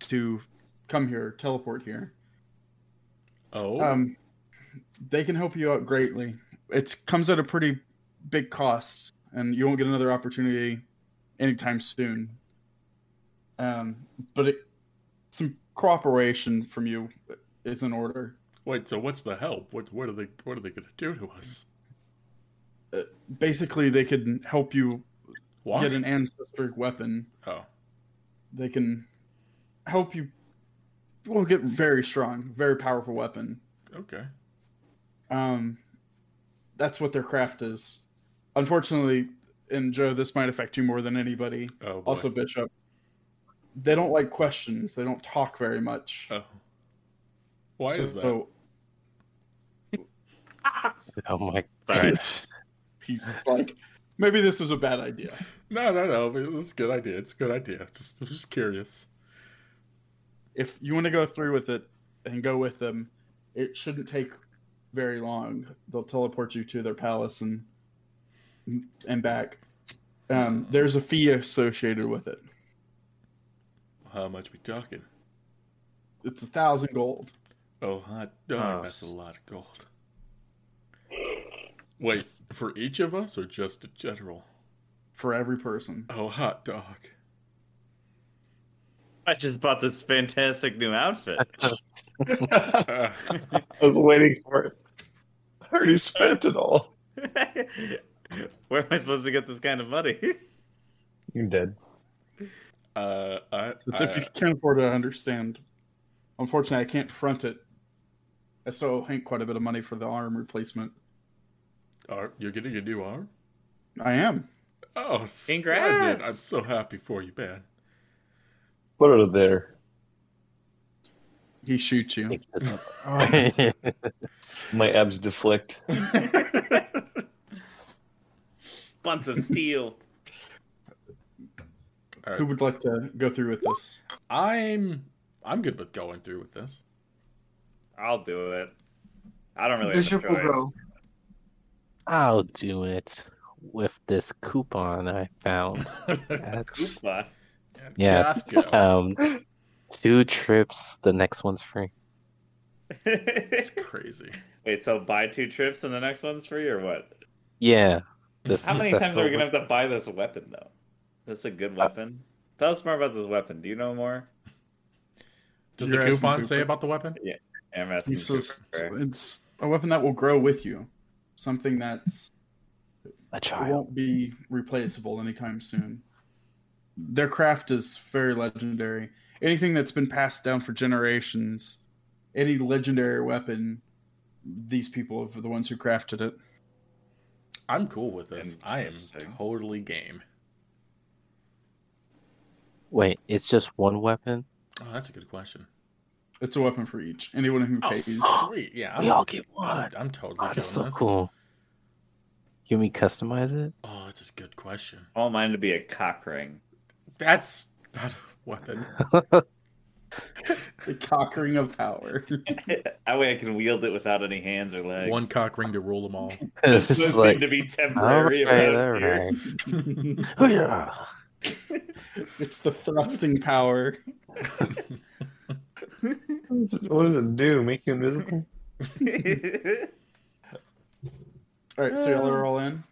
S5: to come here, teleport here.
S3: Oh,
S5: Um, they can help you out greatly. It comes at a pretty big cost, and you won't get another opportunity anytime soon. Um, but it, some cooperation from you is in order.
S3: wait. So, what's the help? What what are they what are they gonna do to us?
S5: Basically, they can help you
S3: Why?
S5: get an ancestry weapon.
S3: oh,
S5: They can help you. Well, get very strong, very powerful weapon.
S3: okay.
S5: Um, that's what their craft is. Unfortunately, and Joe, this might affect you more than anybody.
S3: Oh, boy.
S5: Also, Bishop, they don't like questions. They don't talk very much.
S3: Oh. Why is that?
S5: So
S7: Oh my
S8: Sorry.
S7: gosh.
S5: he's like, maybe this was a bad idea.
S3: No, no, no. but It's a good idea. It's a good idea. Just, I was just curious.
S5: If you want to go through with it and go with them, it shouldn't take very long. They'll teleport you to their palace and and back. Um, there's a fee associated with it.
S3: How much we talking?
S5: It's a thousand gold.
S3: Oh, hot dog.
S8: Oh.
S3: That's a lot of gold. Wait, for each of us or just in general?
S5: for every person.
S3: Oh, hot dog.
S8: I just bought this fantastic new outfit.
S3: Uh,
S4: I was waiting for it. I already spent it all.
S8: Where am I supposed to get this kind of money?
S4: You're dead.
S3: uh, I,
S5: It's
S3: Uh, I,
S5: if you can't afford to understand Unfortunately, I can't front it. I still owe Hank quite a bit of money for the arm replacement.
S3: Are, you're getting a new arm?
S5: I am.
S3: Oh,
S8: Congrats.
S3: splendid. I'm so happy for you, man.
S4: Put it there.
S5: He shoots you.
S7: Oh.
S4: My abs deflect.
S8: Bunts of steel.
S3: All right.
S5: Who would like to go through with this?
S3: I'm I'm good with going through with this.
S8: I'll do it. I don't really
S6: Bishop
S8: have a
S6: will
S8: choice.
S6: go.
S7: I'll do it with this coupon I found. at,
S8: Koopa.
S7: Yeah.
S3: Casco.
S7: um, two trips. The next one's free.
S3: It's crazy.
S8: Wait, so buy two trips and the next one's free, or what?
S7: Yeah. This-
S8: How many
S7: that's Uh,
S8: times
S7: the
S8: are we gonna
S7: one.
S8: have to buy this weapon, though? That's a good weapon. Tell us more about this weapon. Do you know more?
S3: Does
S5: You're
S3: the
S5: asking
S3: coupon
S5: Cooper.
S3: say about the weapon?
S8: I'm asking
S5: He says
S8: Cooper.
S5: it's a weapon that will grow with you. Something that's
S7: A
S5: it
S7: child.
S5: won't be replaceable anytime soon. Their craft is very legendary. Anything that's been passed down for generations, any legendary weapon, these people are the ones who crafted it.
S3: I'm cool with this. I am
S8: Interesting.
S3: totally game.
S7: Wait, it's just one weapon.
S3: Oh, that's a good question.
S5: It's a weapon for each. Anyone who
S3: Oh,
S5: pays.
S3: sweet. Yeah,
S7: We
S3: I'm,
S7: all get one.
S3: I'm, I'm totally
S7: Oh,
S3: doing
S7: that's so
S3: this.
S7: cool. Can we customize it?
S3: Oh, that's a good question.
S8: I want mine to be a cock ring.
S3: That's not a weapon.
S5: The cockering of power.
S8: that way I can wield it without any hands or legs.
S3: One cock ring to rule them all.
S8: Those
S7: It's just
S8: seem
S7: like
S8: to be
S7: all
S8: temporary.
S7: right,
S8: around
S7: all
S8: here.
S7: right. Oh, yeah.
S5: it's the thrusting power.
S4: What does it- what does it do? Make you invisible?
S5: All right, so y'all are all in.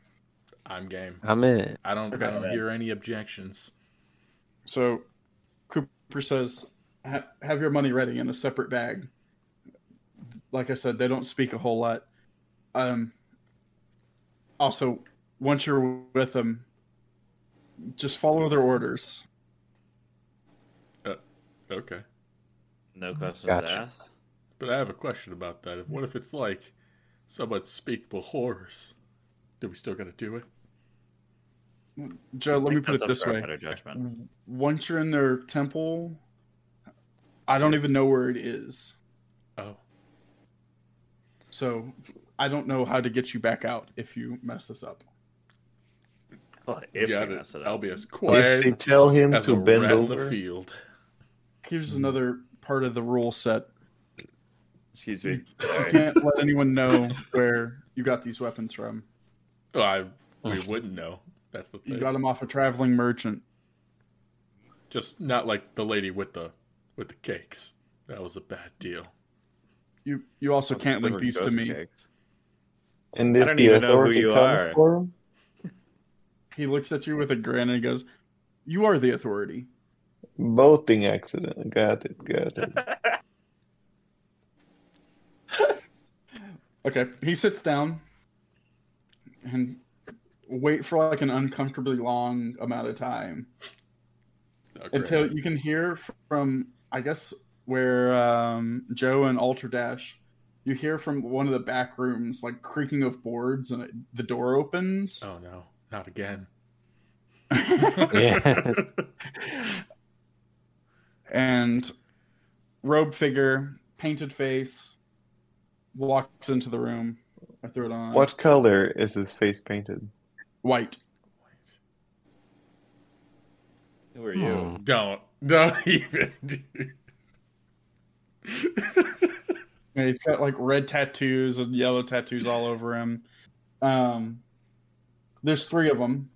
S3: I'm game.
S7: I'm in.
S3: I don't.
S5: Okay.
S3: I don't hear any objections.
S5: So Cooper says, ha- "Have your money ready in a separate bag." Like I said, they don't speak a whole lot. Um. Also, once you're with them, just follow their orders.
S3: Okay,
S8: No questions
S7: Gotcha.
S8: asked.
S3: but I have a question about that. What if it's like some unspeakable horrors? Do we still gotta do it?
S5: Joe, let
S8: I
S5: me
S8: think
S5: put
S8: that's
S5: it
S8: up
S5: this
S8: for our
S5: way:
S8: Better judgment.
S5: once you're in their temple, I don't even know where it is,
S3: Oh,
S5: so I don't know how to get you back out if you mess this up.
S8: Well, if we
S3: got it.
S8: mess it up.
S3: I'll be as
S4: If they
S3: quiet
S4: tell him
S3: as
S4: to
S3: a
S4: bend
S3: rat in the
S4: over,
S3: field.
S5: Here's another part of the rule set.
S8: Excuse me.
S5: You can't let anyone know where you got these weapons from.
S3: Oh, I we wouldn't know. That's the
S5: You
S3: thing.
S5: got them off a traveling merchant.
S3: Just not like the lady with the with the cakes. That was a bad deal.
S5: You you also can't link
S8: Delivered
S5: these to
S8: ghost
S5: me.
S8: cakes.
S4: and
S8: I
S4: if
S8: don't
S4: the
S8: even know who
S4: authority
S8: you
S4: comes
S8: are.
S4: for him,
S5: He looks at you with a grin and he goes, "You are the authority."
S4: boating accident. Got it. Got it.
S5: Okay, he sits down and wait for like an uncomfortably long amount of time
S3: Oh, great.
S5: until you can hear from I guess where um, Joe and Ultra Dash. You hear from one of the back rooms like creaking of boards and it, the door opens.
S3: Oh no, not again.
S7: Yeah.
S5: and robe figure, painted face, walks into the room. I threw it on.
S4: What color is his face painted?
S5: White.
S8: Who are you?
S5: Oh.
S7: Hmm.
S3: Don't don't even.
S5: And he's got like red tattoos and yellow tattoos all over him. Um, there's three of them,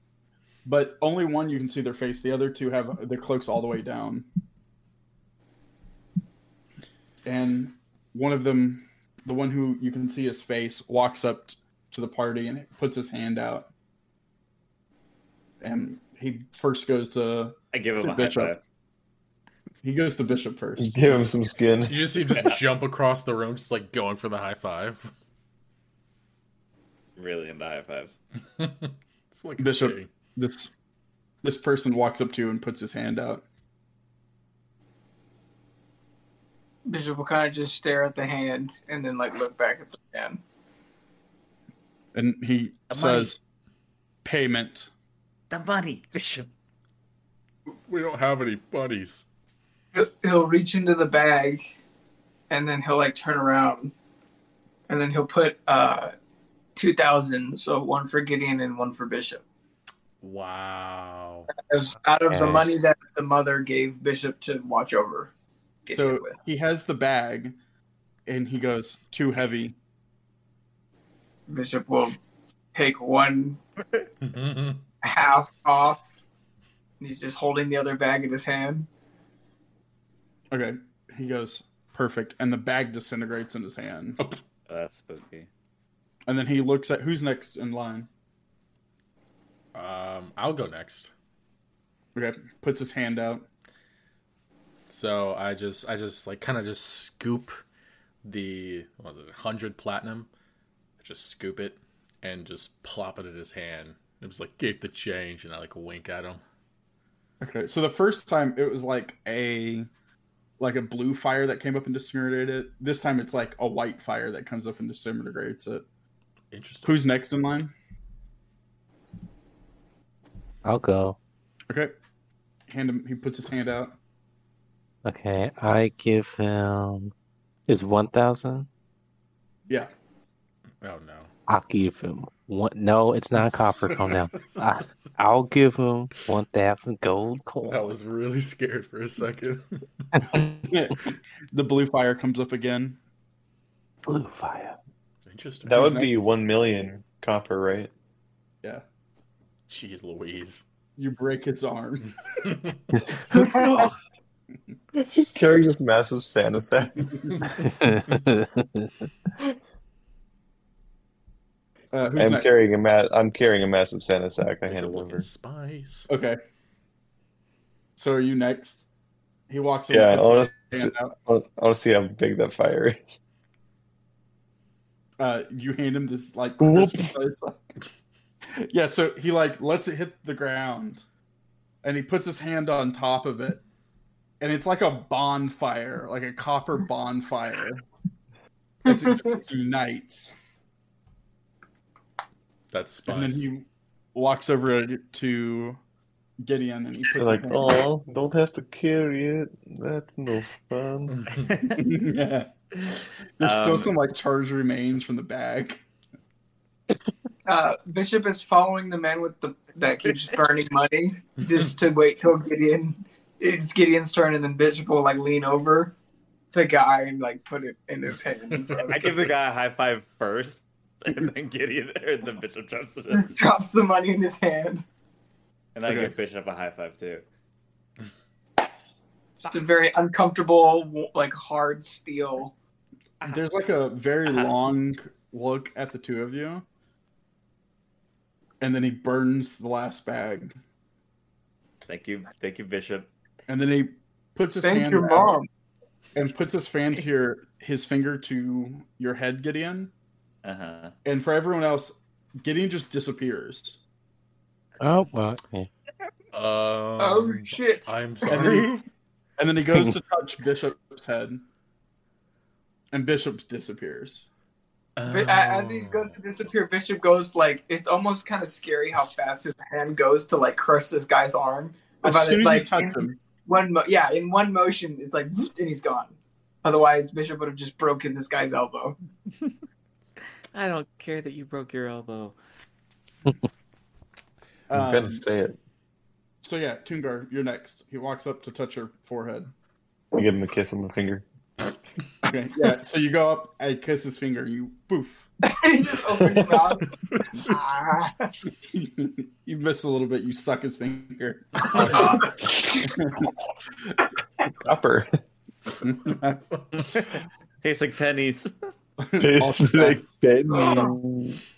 S5: but only one you can see their face. The other two have their cloaks all the way down. And one of them, the one who you can see his face, walks up t- to the party and puts his hand out. And he first goes to
S8: I give him
S5: It's a
S8: a high
S5: bitch up.
S8: five.
S5: he goes to Bishop first.
S4: Give him some skin.
S3: You just see him just jump across the room, just like going for the high five.
S8: Really into high fives.
S3: It's like
S5: Bishop.
S3: okay.
S5: this this person walks up to you and puts his hand out.
S6: Bishop will kind of just stare at the hand and then like look back at the hand.
S5: And he
S8: The
S5: says, "Payment."
S8: The money, Bishop.
S3: We don't have any buddies.
S6: He'll- He'll reach into the bag, and then he'll like turn around, and then he'll put uh two thousand, so one for Gideon and one for Bishop.
S3: Wow.
S6: As- Out of the
S7: Okay.
S6: money that the mother gave Bishop to watch over. Gideon
S5: So
S6: with.
S5: he has the bag, and he goes, "Too heavy."
S6: Bishop will take one
S3: Um,
S6: half off. and He's just holding the other bag in his hand.
S5: Okay, he goes, "Perfect," and the bag disintegrates in his hand.
S8: That's spooky.
S5: And then he looks at who's next in line.
S3: um, I'll go next.
S5: Okay, puts his hand out.
S3: So I just I just like kind of just scoop the what was it hundred platinum, just scoop it and just plop it in his hand. It was like gave the change and I like wink at him.
S5: Okay, so the first time it was like a like a blue fire that came up and disintegrated it. This time it's like a white fire that comes up and disintegrates it.
S3: Interesting.
S5: Who's next in line?
S7: I'll go.
S5: Okay, hand him. He puts his hand out.
S7: Okay, I give him is one thousand.
S5: Yeah,
S3: Oh no.
S7: I'll give him one. No, it's not copper. Calm down. I, I'll give him one thousand gold coins.
S3: I was really scared for a second.
S5: the blue fire comes up again.
S7: blue fire.
S3: Interesting.
S4: That would be one million copper, right?
S3: Jeez Louise.
S5: You break his arm.
S4: He's carrying this massive Santa sack.
S5: Uh, who's
S4: I'm
S5: next?
S4: carrying a ma- I'm carrying a massive Santa sack.
S3: They
S4: I
S3: should
S4: hand him
S3: look
S4: over.
S3: in Spice.
S5: okay. So are you next? He walks. over,
S4: Yeah, I
S5: puts
S4: want
S5: his hand out.
S4: to I want to see how big that fire is.
S5: uh, you hand him this like
S4: Whoop.
S5: Christmas place. yeah so he like lets it hit the ground and he puts his hand on top of it and it's like a bonfire like a copper bonfire as it just unites
S3: That's
S5: and then
S3: Spice.
S5: he walks over to gideon and he puts
S4: They're like,
S5: his hand-
S4: oh, don't have to carry it. That's no fun. oh.
S5: yeah there's still
S8: Um,
S5: some like charged remains from the bag
S6: Uh, Bishop is following the man with the that keeps burning money just to wait till Gideon. It's Gideon's turn, and then Bishop will like lean over the guy and like put it in his hand. in front of
S8: I
S6: him.
S8: give the guy a high five first, and then Gideon or the Bishop drops it, in,
S6: Just drops the money in his hand.
S8: and I
S5: Okay.
S8: give Bishop a high five too.
S6: Just a very uncomfortable, like hard steel.
S5: there's like a very long look at the two of you and then he burns the last bag
S8: Thank you, thank you, Bishop.
S5: and then he puts his
S6: Thank
S5: hand
S6: your
S5: out
S6: mom.
S5: and puts his fan to your his finger to your head gideon
S8: Uh huh.
S5: and for everyone else gideon just disappears
S7: oh well. Yeah.
S3: Um,
S6: Oh shit!
S3: I'm
S5: and then,
S3: sorry.
S5: he, and then he goes to touch bishop's head and bishop disappears
S3: Um,
S6: Bi- a- As he goes to disappear, Bishop goes like it's almost kind of scary how fast his hand goes to like crush this guy's arm.
S5: as
S6: About
S5: soon
S6: it,
S5: as you
S6: like
S5: touch
S6: in
S5: him
S6: one, mo- yeah, in one motion, it's like and he's gone. Otherwise, Bishop would have just broken this guy's elbow.
S8: I don't care that you broke your elbow.
S4: I'm
S5: um,
S4: gonna say it.
S5: so yeah tungar you're next he walks up to touch your forehead
S4: I give him a kiss on the finger.
S5: okay yeah so you go up and kiss his finger you poof
S6: he just opened his mouth. ah,
S5: you miss a little bit you suck his finger
S4: Copper.
S8: Tastes like pennies.
S4: like
S3: That's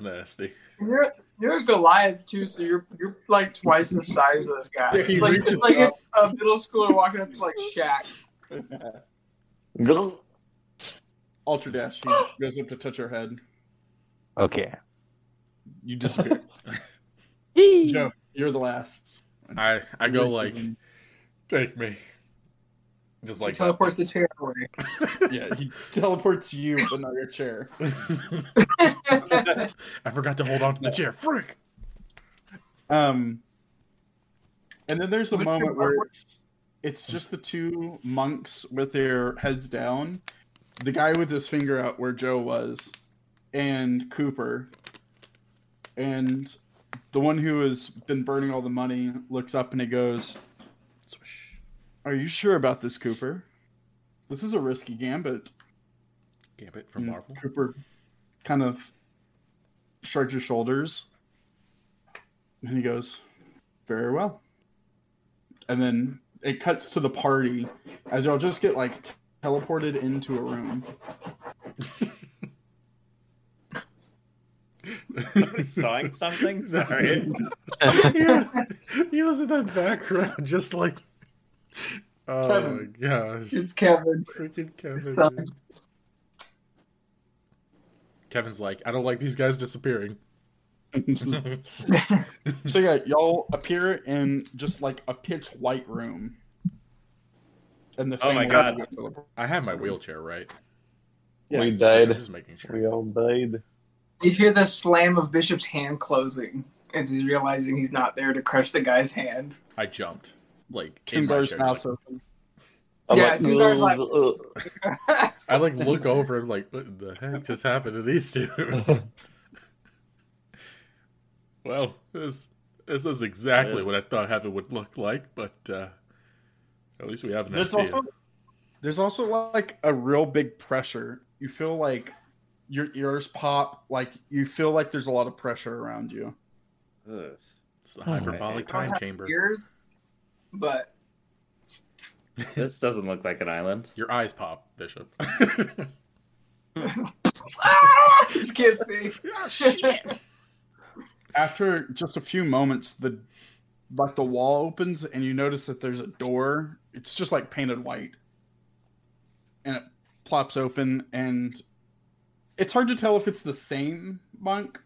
S3: nasty.
S6: you're you're a Goliath too, so you're you're like twice the size of this guy.
S5: Yeah, he
S6: It's like
S5: reaches
S6: it's like
S5: up.
S6: a, a middle schooler walking up to like Shaq.
S5: Ultra Dash he goes up to touch her head.
S7: Okay.
S5: You disappear. Joe, you're the last.
S3: I I go like, take me. Just
S6: She
S3: like that.
S6: teleports the chair away.
S5: yeah, he teleports you, but not your chair.
S3: I forgot to hold on to the chair. Frick!
S5: Um, and then there's a
S6: Which
S5: moment
S6: one
S5: where
S6: was-
S5: it's, it's just the two monks with their heads down, the guy with his finger out where Joe was, and Cooper. And the one who has been burning all the money looks up and he goes, Are you sure about this, Cooper? This is a risky gambit.
S3: Gambit from
S8: Mm-hmm.
S5: And
S3: Marvel.
S5: Cooper kind of shrugs his shoulders and he goes, Very well. And then it cuts to the party as y'all just get like t- teleported into a room.
S8: Somebody sawing something? Sorry.
S3: he, was, he was in the background, just like. Oh
S5: Kevin.
S3: my gosh!
S6: It's Kevin.
S3: Freaking Kevin.
S6: Son.
S3: dude. Kevin's like, I don't like these guys disappearing.
S5: so yeah, y'all appear in just like a pitch white room. And the
S8: Oh
S5: same
S8: my
S5: way
S8: God.
S5: you got teleported.
S3: I have my wheelchair, right?
S4: We
S5: Yes.
S3: I'm
S4: died.
S3: just making sure.
S4: We all died.
S6: You hear the slam of Bishop's hand closing as he's realizing he's not there to crush the guy's hand.
S3: I jumped. Like in
S5: Tim
S3: my
S5: Burr's
S3: chair,
S5: mouth
S3: just like-
S5: open.
S4: I'm
S6: Yeah,
S4: like,
S6: two guys like-
S4: "Ugh, ugh."
S3: I like look over and like, what the heck just happened to these two? well, this this is exactly what I thought heaven would look like, but uh at least we have an
S5: There's
S3: idea.
S5: also there's also like a real big pressure. You feel like your ears pop, like you feel like there's a lot of pressure around you.
S8: Ugh.
S3: It's the
S7: Oh, man.
S3: hyperbolic
S6: I don't
S3: time
S6: have
S3: chamber.
S6: Ears, but
S8: This doesn't look like an island.
S3: Your eyes pop, Bishop.
S6: ah, just can't see.
S5: After just a few moments, the like the wall opens and you notice that there's a door. It's just like painted white. And it plops open and it's hard to tell if it's the same monk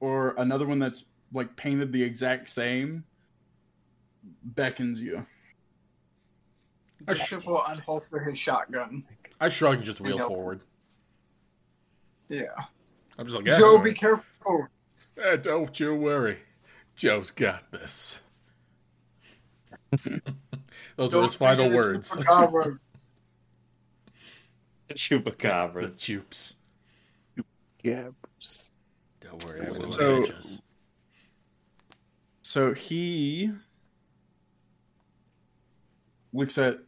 S5: or another one that's like painted the exact same beckons you.
S6: Bishop will unholster his shotgun.
S3: I shrug and just wheel
S6: Nope.
S3: forward.
S6: Yeah.
S3: I'm just like, yeah,
S6: Joe,
S3: don't
S6: be
S3: worry.
S6: careful.
S3: Eh, don't you worry. Joe's got this. Those were
S6: Don't
S3: his final
S6: forget the
S3: words.
S6: chupacabra.
S3: The
S8: Chupacabra.
S3: jupes.
S7: Yeah.
S3: Don't worry, I will
S5: So-
S3: avenge us.
S5: So he looks at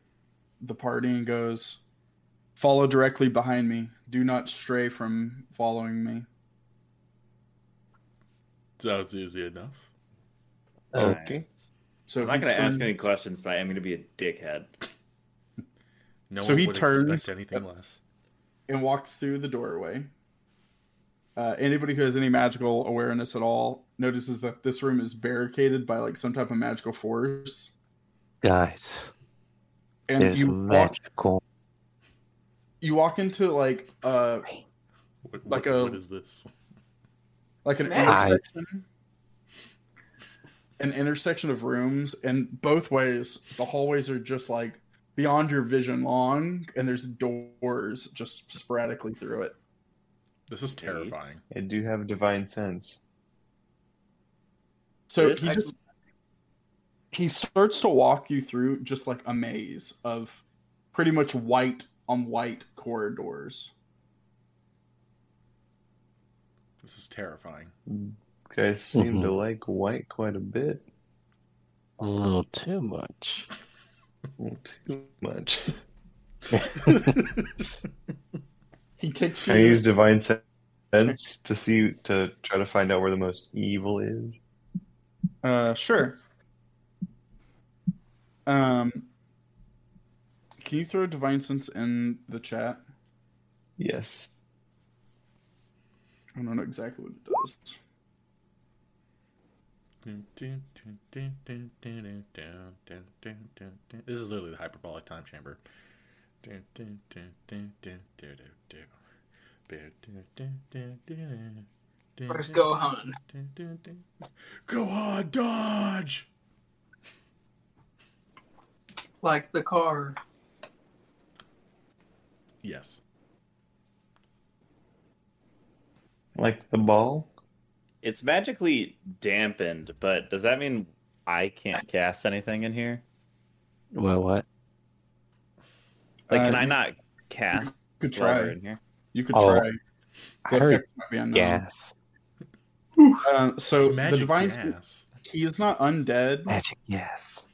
S5: the party and goes, Follow directly behind me. Do not stray from following me.
S3: Sounds easy enough.
S7: Okay.
S5: So
S8: I'm not
S5: he
S8: going to ask
S5: turns-
S8: any questions, but I am going to be a dickhead.
S3: No
S5: So
S3: one
S5: he
S3: would
S5: turns- uh,
S3: expect anything less.
S5: And walks through the doorway. Uh, anybody who has any magical awareness at all notices that this room is barricaded by like some type of magical force.
S7: Guys,
S5: And
S7: there's
S5: you walk,
S7: magical.
S5: you walk into like a
S3: What,
S5: Like
S3: like
S5: a-
S3: what is this?
S5: like an
S7: Nice.
S5: intersection an intersection of rooms and both ways the hallways are just like beyond your vision long and there's doors just sporadically through it
S3: This is terrifying.
S4: I do have divine sense.
S5: so
S8: This
S5: he
S8: actually-
S5: just he starts to walk you through just like a maze of pretty much white on white corridors
S3: This is terrifying.
S4: Guys seem to
S7: Mhm.
S4: like white quite a bit.
S7: A little too much.
S4: Well, too much.
S5: he takes you
S4: I use divine sense to see to try to find out where the most evil is.
S5: Uh, sure. Um, can you throw divine sense in the chat?
S4: Yes.
S5: I don't know exactly what it does.
S3: This is literally the hyperbolic time chamber.
S6: Where's Gohan?
S3: Go on, dodge!
S6: Like the car.
S1: Yes.
S4: Like the ball?
S8: It's magically dampened, but does that mean I can't cast anything in here?
S7: Well, what?
S8: Like,
S5: Uh,
S8: can I
S5: you-
S8: not cast
S5: could
S8: water
S5: try.
S8: in here?
S5: You could
S7: Oh,
S5: try. The
S7: I heard
S5: effects might be unknown.
S7: gas.
S5: Uh, so
S1: It's
S5: the
S1: magic
S5: divine
S1: gas.
S5: he is not undead.
S7: Magic gas.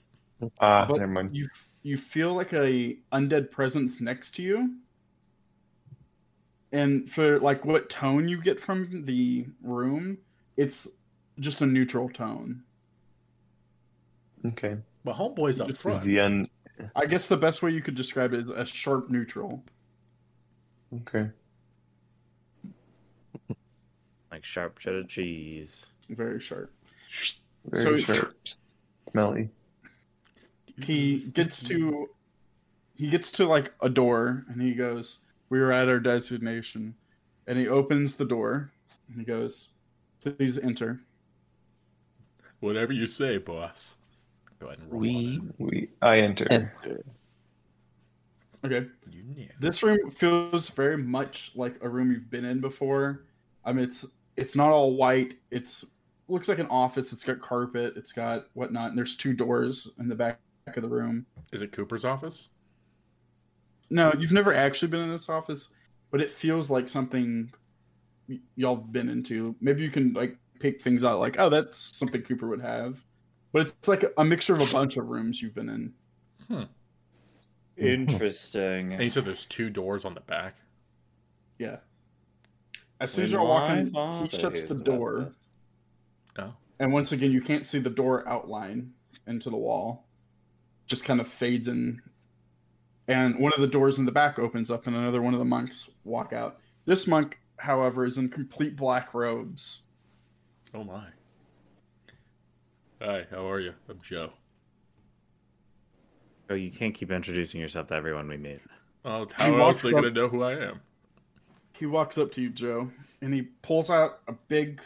S4: Ah,
S5: But
S4: never mind.
S5: you you feel like a undead presence next to you. And for like what tone you get from the room, it's just a neutral tone.
S4: Okay.
S1: But homeboy's up
S5: This is
S4: Is
S1: front.
S4: the un
S5: I guess the best way you could describe it is a sharp neutral.
S4: okay.
S8: Like sharp cheddar cheese.
S5: Very sharp.
S4: Very
S5: So-
S4: sharp. Smelly.
S5: he gets to he gets to like a door and he goes we were at our designation and he opens the door and he goes please enter
S1: Whatever you say, boss. Go ahead and roll.
S7: We
S1: on
S4: We I enter.
S7: enter.
S5: okay
S1: it. You knew.
S5: this room feels very much like a room you've been in before i mean it's it's not all white it's looks like an office it's got carpet it's got whatnot and there's two doors in the back back of the room
S1: Is it Cooper's office?
S5: No, you've never actually been in this office, but it feels like something y- y'all have been into. Maybe you can like pick things out, like oh, that's something Cooper would have. But it's like a mixture of a bunch of rooms you've been in.
S8: Interesting.
S1: And you said there's two doors on the back.
S5: Yeah. As soon as
S8: When
S5: you're walking,
S8: my
S5: he
S8: father
S5: shuts the
S8: hears about
S5: door,
S8: this.
S1: Oh.
S5: and once again, you can't see the door outline into the wall. Just kind of fades in, and one of the doors in the back opens up, and another one of the monks walk out. This monk, however, is in complete black robes.
S1: Oh my. Hi, how are you? I'm Joe.
S8: Oh, you can't keep introducing yourself to everyone we meet.
S1: Oh,
S5: He
S1: how
S5: walks
S1: else are they
S5: up-
S1: gonna know who I am?
S5: He walks up to you, Joe, and he pulls out a big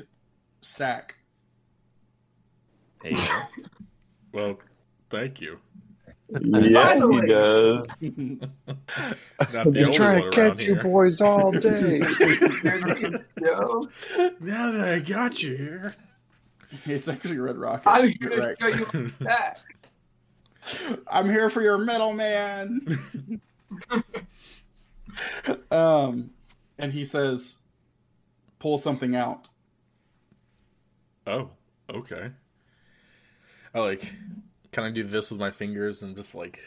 S5: sack.
S8: Hey, Oh Joe.
S1: Well, thank you.
S4: Yeah, he
S6: Finally!
S4: does.
S1: Not the only one around here.
S4: boys all day.
S6: Yo,
S1: Now that I got you here.
S5: It's actually Red Rocket.
S6: I'm
S5: You're
S6: gonna
S5: right.
S6: show you like that.
S5: I'm here for your middleman. um, and he says, "Pull something out."
S1: Oh, okay. I like kind of do this with my fingers and just like,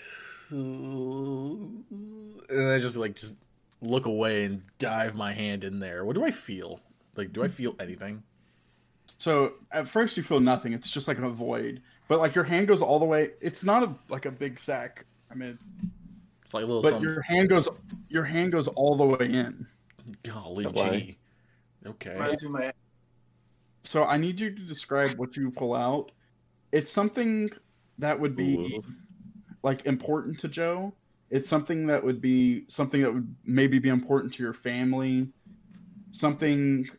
S1: and I just like just look away and dive my hand in there. What do I feel? Like, do I feel anything?
S5: So at first you feel nothing. It's just like a void, but like your hand goes all the way. It's not a like a big sack. I mean, it's,
S1: It's like a little
S5: but
S1: something.
S5: your hand goes your hand goes all the way in.
S1: Golly
S4: Why?
S1: gee. Okay.
S6: Reminds me of my
S5: So I need you to describe what you pull out. It's something that would be
S8: Ooh.
S5: like important to Joe. It's something that would be something that would maybe be important to your family. Something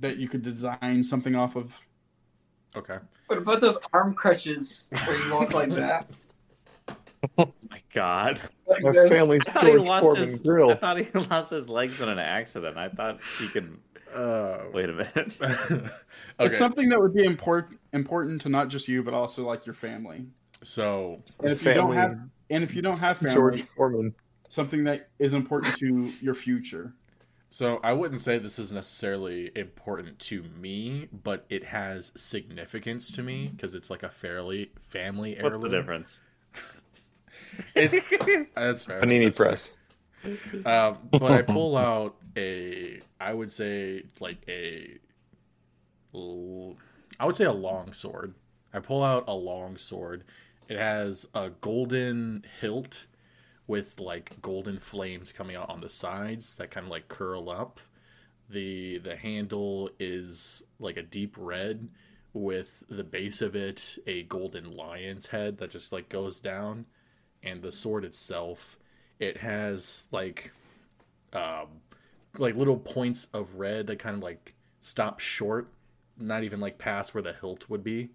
S5: that you could design something off of.
S1: Okay.
S6: What about those arm crutches where you walk like that?
S8: my God.
S6: Like
S4: My
S6: this?
S4: family's
S8: I thought, he
S4: George
S8: lost
S4: Foreman
S8: his, I
S4: grill.
S8: thought he lost his legs in an accident. I thought he could.
S1: Uh,
S8: Wait a minute.
S1: okay.
S5: It's something that would be important important to not just you but also like your family.
S1: so,
S5: And if you don't
S4: Family
S5: have and if you don't have family,
S4: George Foreman.
S5: something that is important to your future.
S1: so I wouldn't say this is necessarily important to me, but it has significance to me because it's like a fairly family
S8: What's
S1: heirloom.
S8: the difference?
S1: It's- That's fair.
S4: Panini
S1: That's
S4: press.
S1: fair. Um, but I pull out a, I would say like a, l- I would say a long sword. I pull out a long sword. It has a golden hilt with like golden flames coming out on the sides that kind of like curl up. The the handle is like a deep red with the base of it a golden lion's head that just like goes down and the sword itself it has like um like little points of red that kind of like stop short not even like past where the hilt would be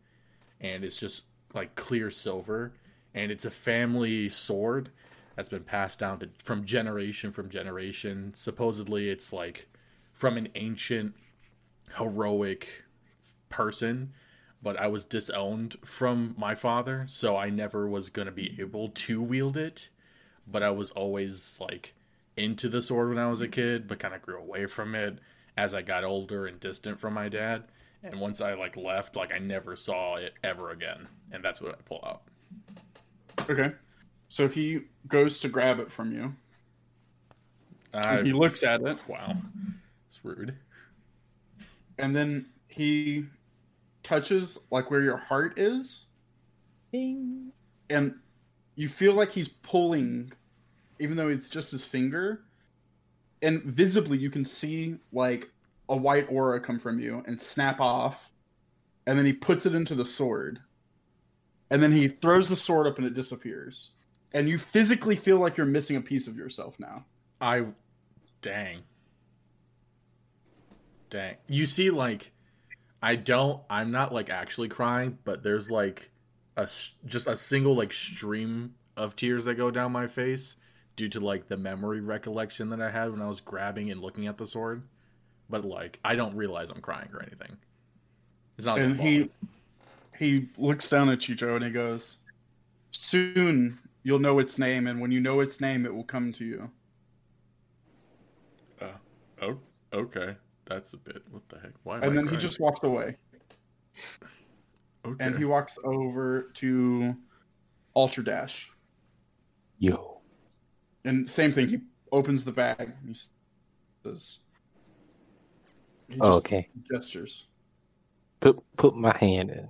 S1: and it's just like clear silver and it's a family sword that's been passed down to from generation from generation. Supposedly, it's like from an ancient heroic person, but I was disowned from my father, so I never was going to be able to wield it. But I was always like into the sword when I was a kid, but kind of grew away from it as I got older and distant from my dad. And once I like left, like I never saw it ever again. And that's what I pull out.
S5: Okay. So he goes to grab it from you.
S1: I,
S5: he looks at it,
S1: wow, it's rude.
S5: and then he touches like where your heart is. And you feel like he's pulling, even though it's just his finger. And visibly, you can see like a white aura come from you and snap off. And then he puts it into the sword. And then he throws the sword up and it disappears. And you physically feel like you're missing a piece of yourself now.
S1: I dang. Dang. You see like I don't I'm not like actually crying, but there's like a s- just a single like stream of tears that go down my face due to like the memory recollection that I had when I was grabbing and looking at the sword. But like I don't realize I'm crying or anything. It's not like
S5: and he he looks down at you, Joe, and he goes, "Soon you'll know its name, and when you know its name, it will come to you."
S1: oh, okay. That's a bit what the heck. Why am
S5: and
S1: I
S5: then he
S1: crying?
S5: just walks away,
S1: okay.
S5: and he walks over to Alter Dash,
S7: Yo.
S5: and same thing. He opens the bag. And he says, he just
S7: Oh, Okay.
S5: gestures.
S7: Put put my hand in.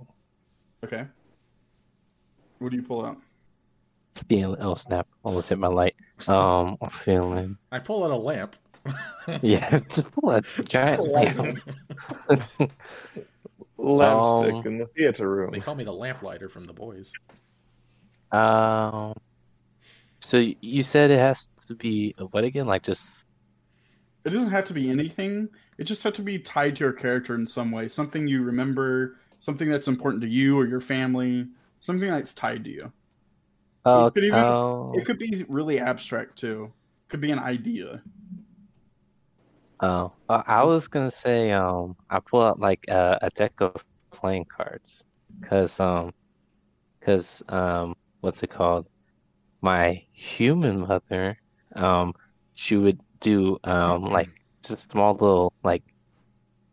S5: Okay. What do you pull out?
S7: Feeling oh snap. Almost hit my light. Um I'm feeling
S1: I pull out a lamp.
S7: Yeah, just pull a giant lamp.
S4: Lamp
S7: Um,
S4: stick in the theater
S1: They
S4: room.
S1: call me the lamplighter from the boys.
S7: Um so y- you said it has to be a what again? Like just
S5: It doesn't have to be anything. It just had to be tied to your character in some way. Something you remember, something that's important to you or your family, something that's tied to you.
S7: oh,
S5: could even-
S7: oh,
S5: It could be really abstract too. Could be an idea.
S7: oh. Uh, I was gonna say um I pull out like uh, a deck of playing cards because um because um what's it called my human mother um she would do um like just small little like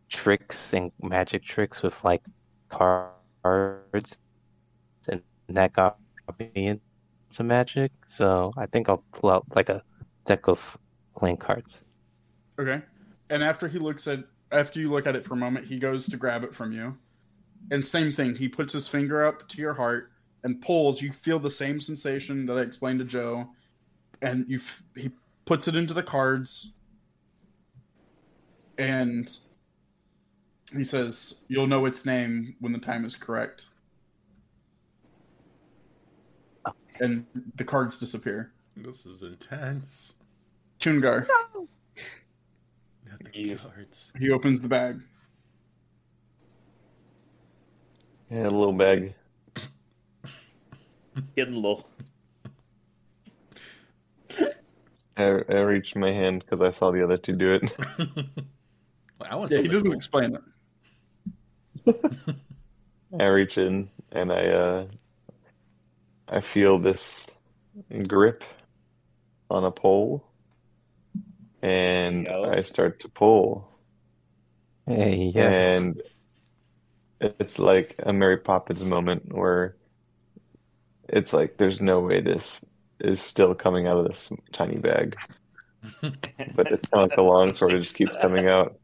S7: tricks and magic tricks with like cards and that got me into magic so i think i'll pull out like a deck of playing cards
S5: Okay. And after he looks at after you look at it for a moment, he goes to grab it from you. And same thing, he puts his finger up to your heart and pulls. You feel the same sensation that I explained to Joe. And you f- he puts it into the cards. And he says, "You'll know its name when the time is correct." And the cards disappear.
S1: This is intense.
S5: Chungar,
S1: Not the
S4: Yes.
S1: cards.
S5: he opens the bag.
S4: Yeah, a little bag.
S8: Getting low.
S4: I, I reached my hand because I saw the other two do it.
S1: Well, I want
S5: Yeah, he
S1: something
S5: doesn't
S1: cool.
S5: explain it.
S4: I reach in and I uh I feel this grip on a pole and
S8: Yo.
S4: I start to pull
S7: hey yeah
S4: and it's like a Mary Poppins moment where it's like there's no way this is still coming out of this tiny bag. But it's kind of like the long sword, it just keeps coming out.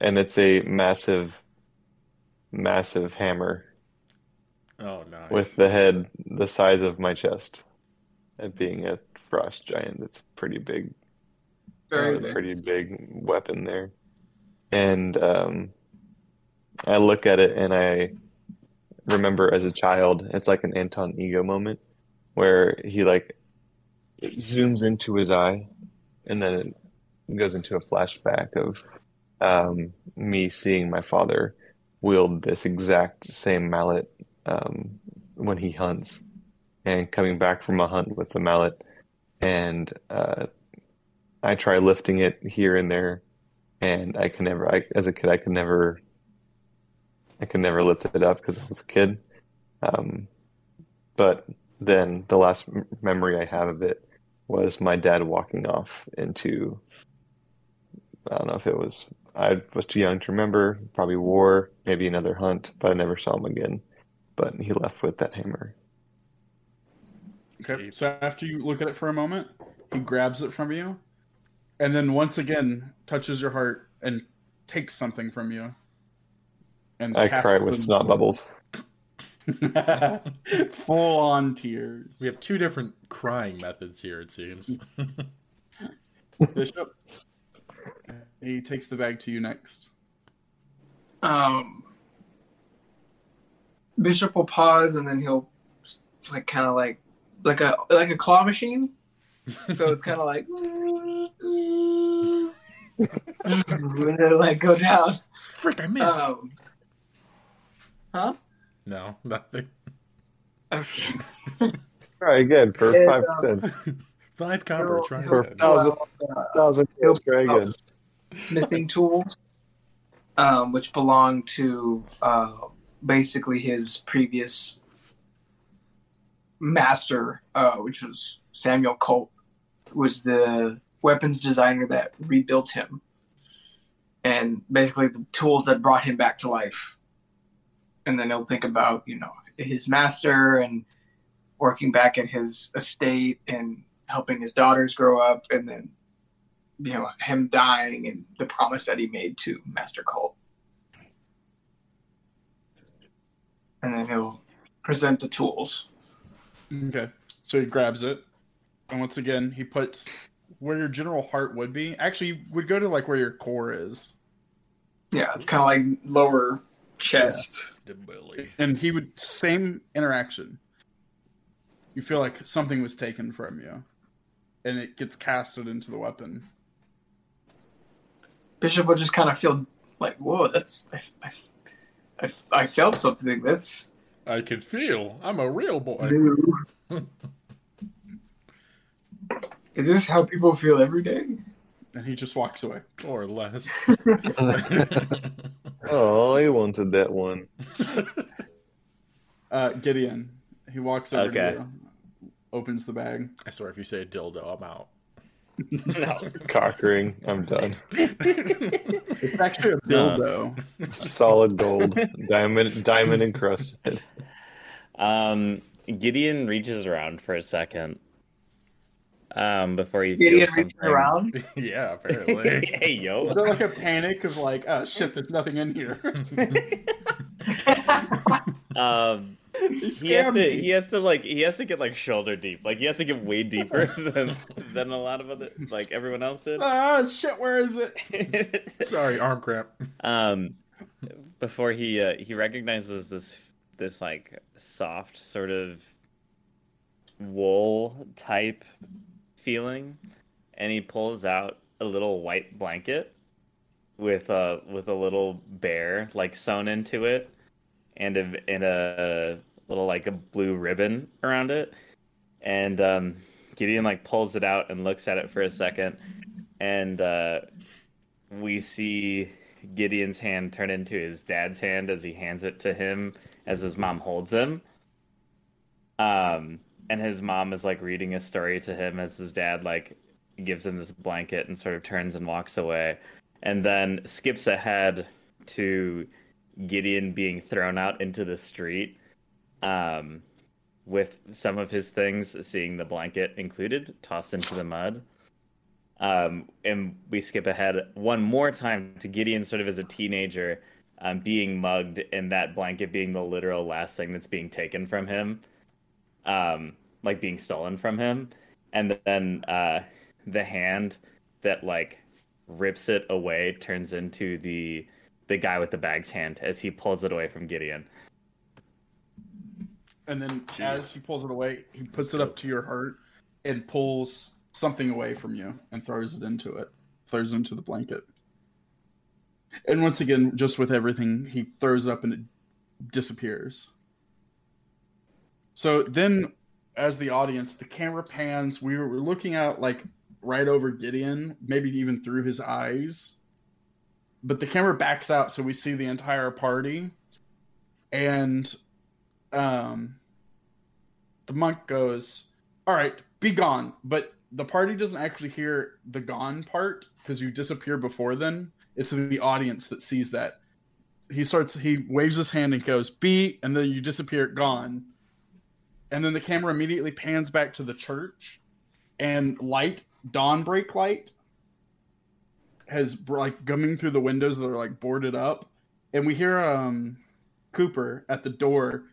S4: And it's a massive, massive hammer
S1: Oh, nice.
S4: with the head the size of my chest. And being a frost giant, that's pretty big
S6: Very
S4: it's a
S6: big.
S4: pretty big weapon there. And um, I look at it and I remember as a child, it's like an Anton Ego moment where he like it zooms into his eye and then it goes into a flashback of um, me seeing my father wield this exact same mallet um, when he hunts and coming back from a hunt with the mallet and uh, I try lifting it here and there, and I can never. I, as a kid, I could never. I could never lift it up because I was a kid. Um, but then the last m- memory I have of it was my dad walking off into. I don't know if it was. I was too young to remember. Probably war, maybe another hunt, but I never saw him again. But he left with that hammer.
S5: Okay. So after you look at it for a moment, he grabs it from you, and then once again touches your heart and takes something from you. And
S4: I cry with snot bubbles.
S5: Full on tears.
S3: We have two different crying methods here, it seems.
S5: Bishop. He takes the bag to you next.
S6: Um, Bishop will pause and then he'll just, like kind of like like a like a claw machine. So it's kind of like like go down.
S3: Frick, I missed.
S6: Um,
S3: no, nothing.
S6: okay.
S4: Try again for
S6: And,
S4: five
S6: um,
S4: cents.
S3: Five copper.
S6: He'll-
S3: Try
S6: he'll
S4: For
S3: again.
S6: pull
S4: thousand,
S6: out, uh,
S4: thousand
S6: Nope.
S4: try again.
S6: smithing tool, um, which belonged to uh, basically his previous master, uh, which was Samuel Colt, who was the weapons designer that rebuilt him, and basically the tools that brought him back to life. And then he'll think about you know his master and working back at his estate and helping his daughters grow up, and then you know him dying and the promise that he made to Master Colt. And then he'll present the tools.
S5: Okay. So he grabs it, and once again he puts where your general heart would be. Actually, you would go to like where your core is,
S6: Yeah, it's kind of like lower chest.
S5: and he would same interaction. You feel like something was taken from you, and it gets casted into the weapon.
S6: Bishop will just kind of feel like, whoa, that's I, I, I, I felt something. That's
S3: I can feel. I'm a real boy.
S6: new. Is this how people feel every day?
S5: And he just walks away.
S3: or less.
S4: Oh, I wanted that one.
S5: Uh, Gideon, he walks over
S8: Okay.
S5: to you, opens the bag.
S3: I swear, if you say dildo, I'm out.
S4: Cockering. I'm done.
S5: It's actually a dildo.
S4: Solid gold. Diamond diamond encrusted.
S8: Um, Gideon reaches around for a second. Um, before he
S6: Gideon
S8: feels
S6: reaching
S8: something.
S6: around.
S3: yeah, apparently.
S8: hey
S5: Is
S8: yo.
S5: there like a panic of like, oh shit, there's nothing in here?
S8: Um, he has to. He has to like. He has to get like shoulder deep. Like he has to get way deeper than than a lot of other like everyone else
S6: Uh,
S8: did.
S5: Ah, shit, where is it?
S3: Sorry, arm cramp.
S8: um, before he uh, he recognizes this this like soft sort of wool type feeling, and he pulls out a little white blanket with a with a little bear like sewn into it, and a and a little like a blue ribbon around it, and um, Gideon like pulls it out and looks at it for a second, and uh, we see Gideon's hand turn into his dad's hand as he hands it to him as his mom holds him. Um, and his mom is like reading a story to him as his dad like gives him this blanket and sort of turns and walks away, and then skips ahead to Gideon being thrown out into the street. Um, with some of his things, seeing the blanket included, tossed into the mud. Um, and we skip ahead one more time to Gideon, sort of as a teenager, um, being mugged, and that blanket being the literal last thing that's being taken from him, um, like being stolen from him, and then uh, the hand that like rips it away turns into the the guy with the bag's hand as he pulls it away from Gideon.
S5: And then as he pulls it away, he puts it up to your heart and pulls something away from you and throws it into it. Throws it into the blanket. And once again, just with everything, he throws up and it disappears. So then as the audience, the camera pans. We were looking out like right over Gideon, maybe even through his eyes. But the camera backs out, so we see the entire party. And um, the monk goes, All right, be gone. But the party doesn't actually hear the gone part because you disappear before then. It's the audience that sees that. He starts, he waves his hand and goes, Be, and then you disappear, gone. And then the camera immediately pans back to the church, and light, dawnbreak light, has br- like coming through the windows that are like boarded up, and we hear um Cooper at the door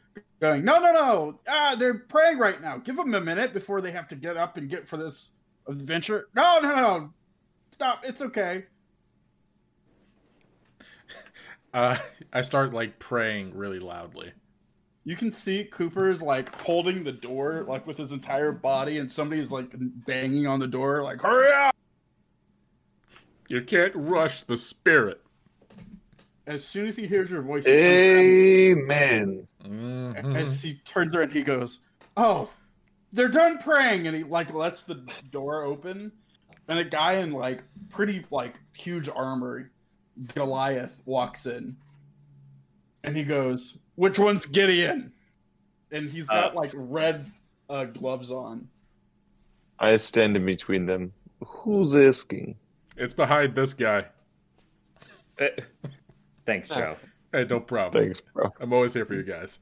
S5: going, "No, no, no! Ah, they're praying right now. Give them a minute before they have to get up and get for this adventure. No, no, no! Stop! It's okay."
S3: Uh, I start like praying really loudly.
S5: You can see Cooper is like holding the door like with his entire body, and somebody's like banging on the door, like "Hurry up!"
S3: You can't rush the spirit.
S5: As soon as he hears your voice, he turns around.
S4: Amen.
S3: Mhm.
S5: as he turns around he goes oh they're done praying and he like lets the door open and a guy in like pretty like huge armor goliath walks in and he goes which one's gideon and he's got
S8: Uh.
S5: like red uh, gloves on
S4: I stand in between them. Who's asking?
S3: It's behind this guy.
S8: Thanks, Joe.
S3: Hey, no problem.
S4: Thanks, bro.
S3: I'm always here for you guys.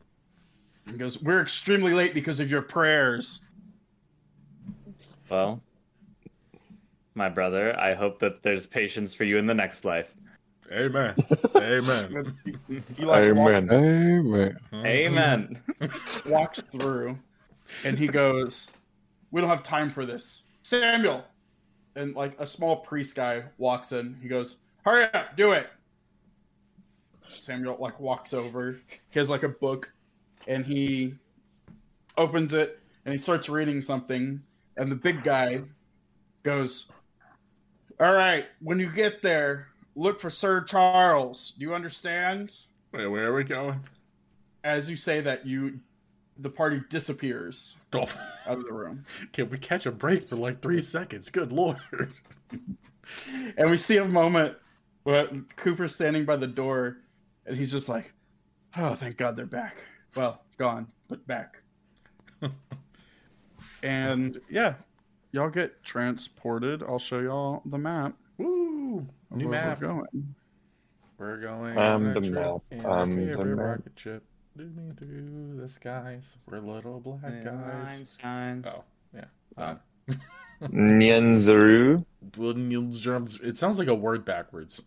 S5: and he goes we're extremely late because of your prayers
S8: Well, my brother, I hope that there's patience for you in the next life.
S3: Amen. Amen.
S5: he like walks
S4: Amen.
S7: Amen.
S8: Amen.
S5: walks through and he goes, We don't have time for this. Samuel! And like a small priest guy walks in. He goes, Hurry up, do it. Samuel like walks over. He has like a book and he opens it and he starts reading something. And the big guy goes, All right, when you get there, look for Sir Charles. Do you understand?
S3: Wait, where are we going?
S5: As you say that, you the party disappears
S3: Oh,
S5: out of the room.
S3: can we catch a break for like three seconds? Good lord.
S5: And we see a moment where Cooper's standing by the door and he's just like, oh, thank God they're back. Well, gone, but back. and yeah, y'all get transported. I'll show y'all the map.
S3: Woo!
S5: of
S3: New
S5: where we're
S3: map.
S5: going.
S3: We're going on
S4: I'm
S3: a
S4: the
S3: trip
S4: map.
S3: in
S4: I'm
S3: our
S4: the
S3: favorite
S4: map.
S3: rocket ship. Zooming through the skies. We're little black guys. Oh, yeah. Uh,
S4: Nyanzaru.
S3: Wooden drums. It sounds like a word backwards.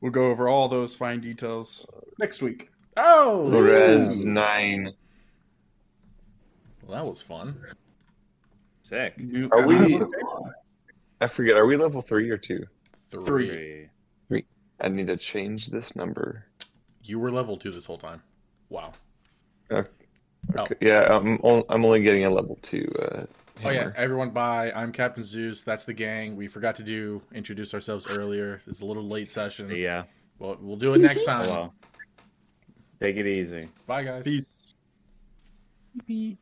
S5: We'll go over all those fine details next week.
S3: Oh,
S4: Res 9.
S3: Well, that was fun.
S8: Sick.
S5: New-
S4: Are we- I forget, are we level 3 or 2?
S3: Three.
S8: Three.
S4: I need to change this number.
S3: You were level two this whole time. Wow. Oh.
S4: Okay, Yeah, I'm, on- I'm only getting a level 2. Uh,
S3: Oh yeah,
S4: hammer.
S3: everyone. Bye. I'm Captain Zeus. That's the gang. We forgot to do introduce ourselves earlier. It's a little late session.
S8: Yeah. Oh,
S3: Well, we'll do it next time.
S8: Well, take it easy.
S3: Bye guys.
S5: Peace.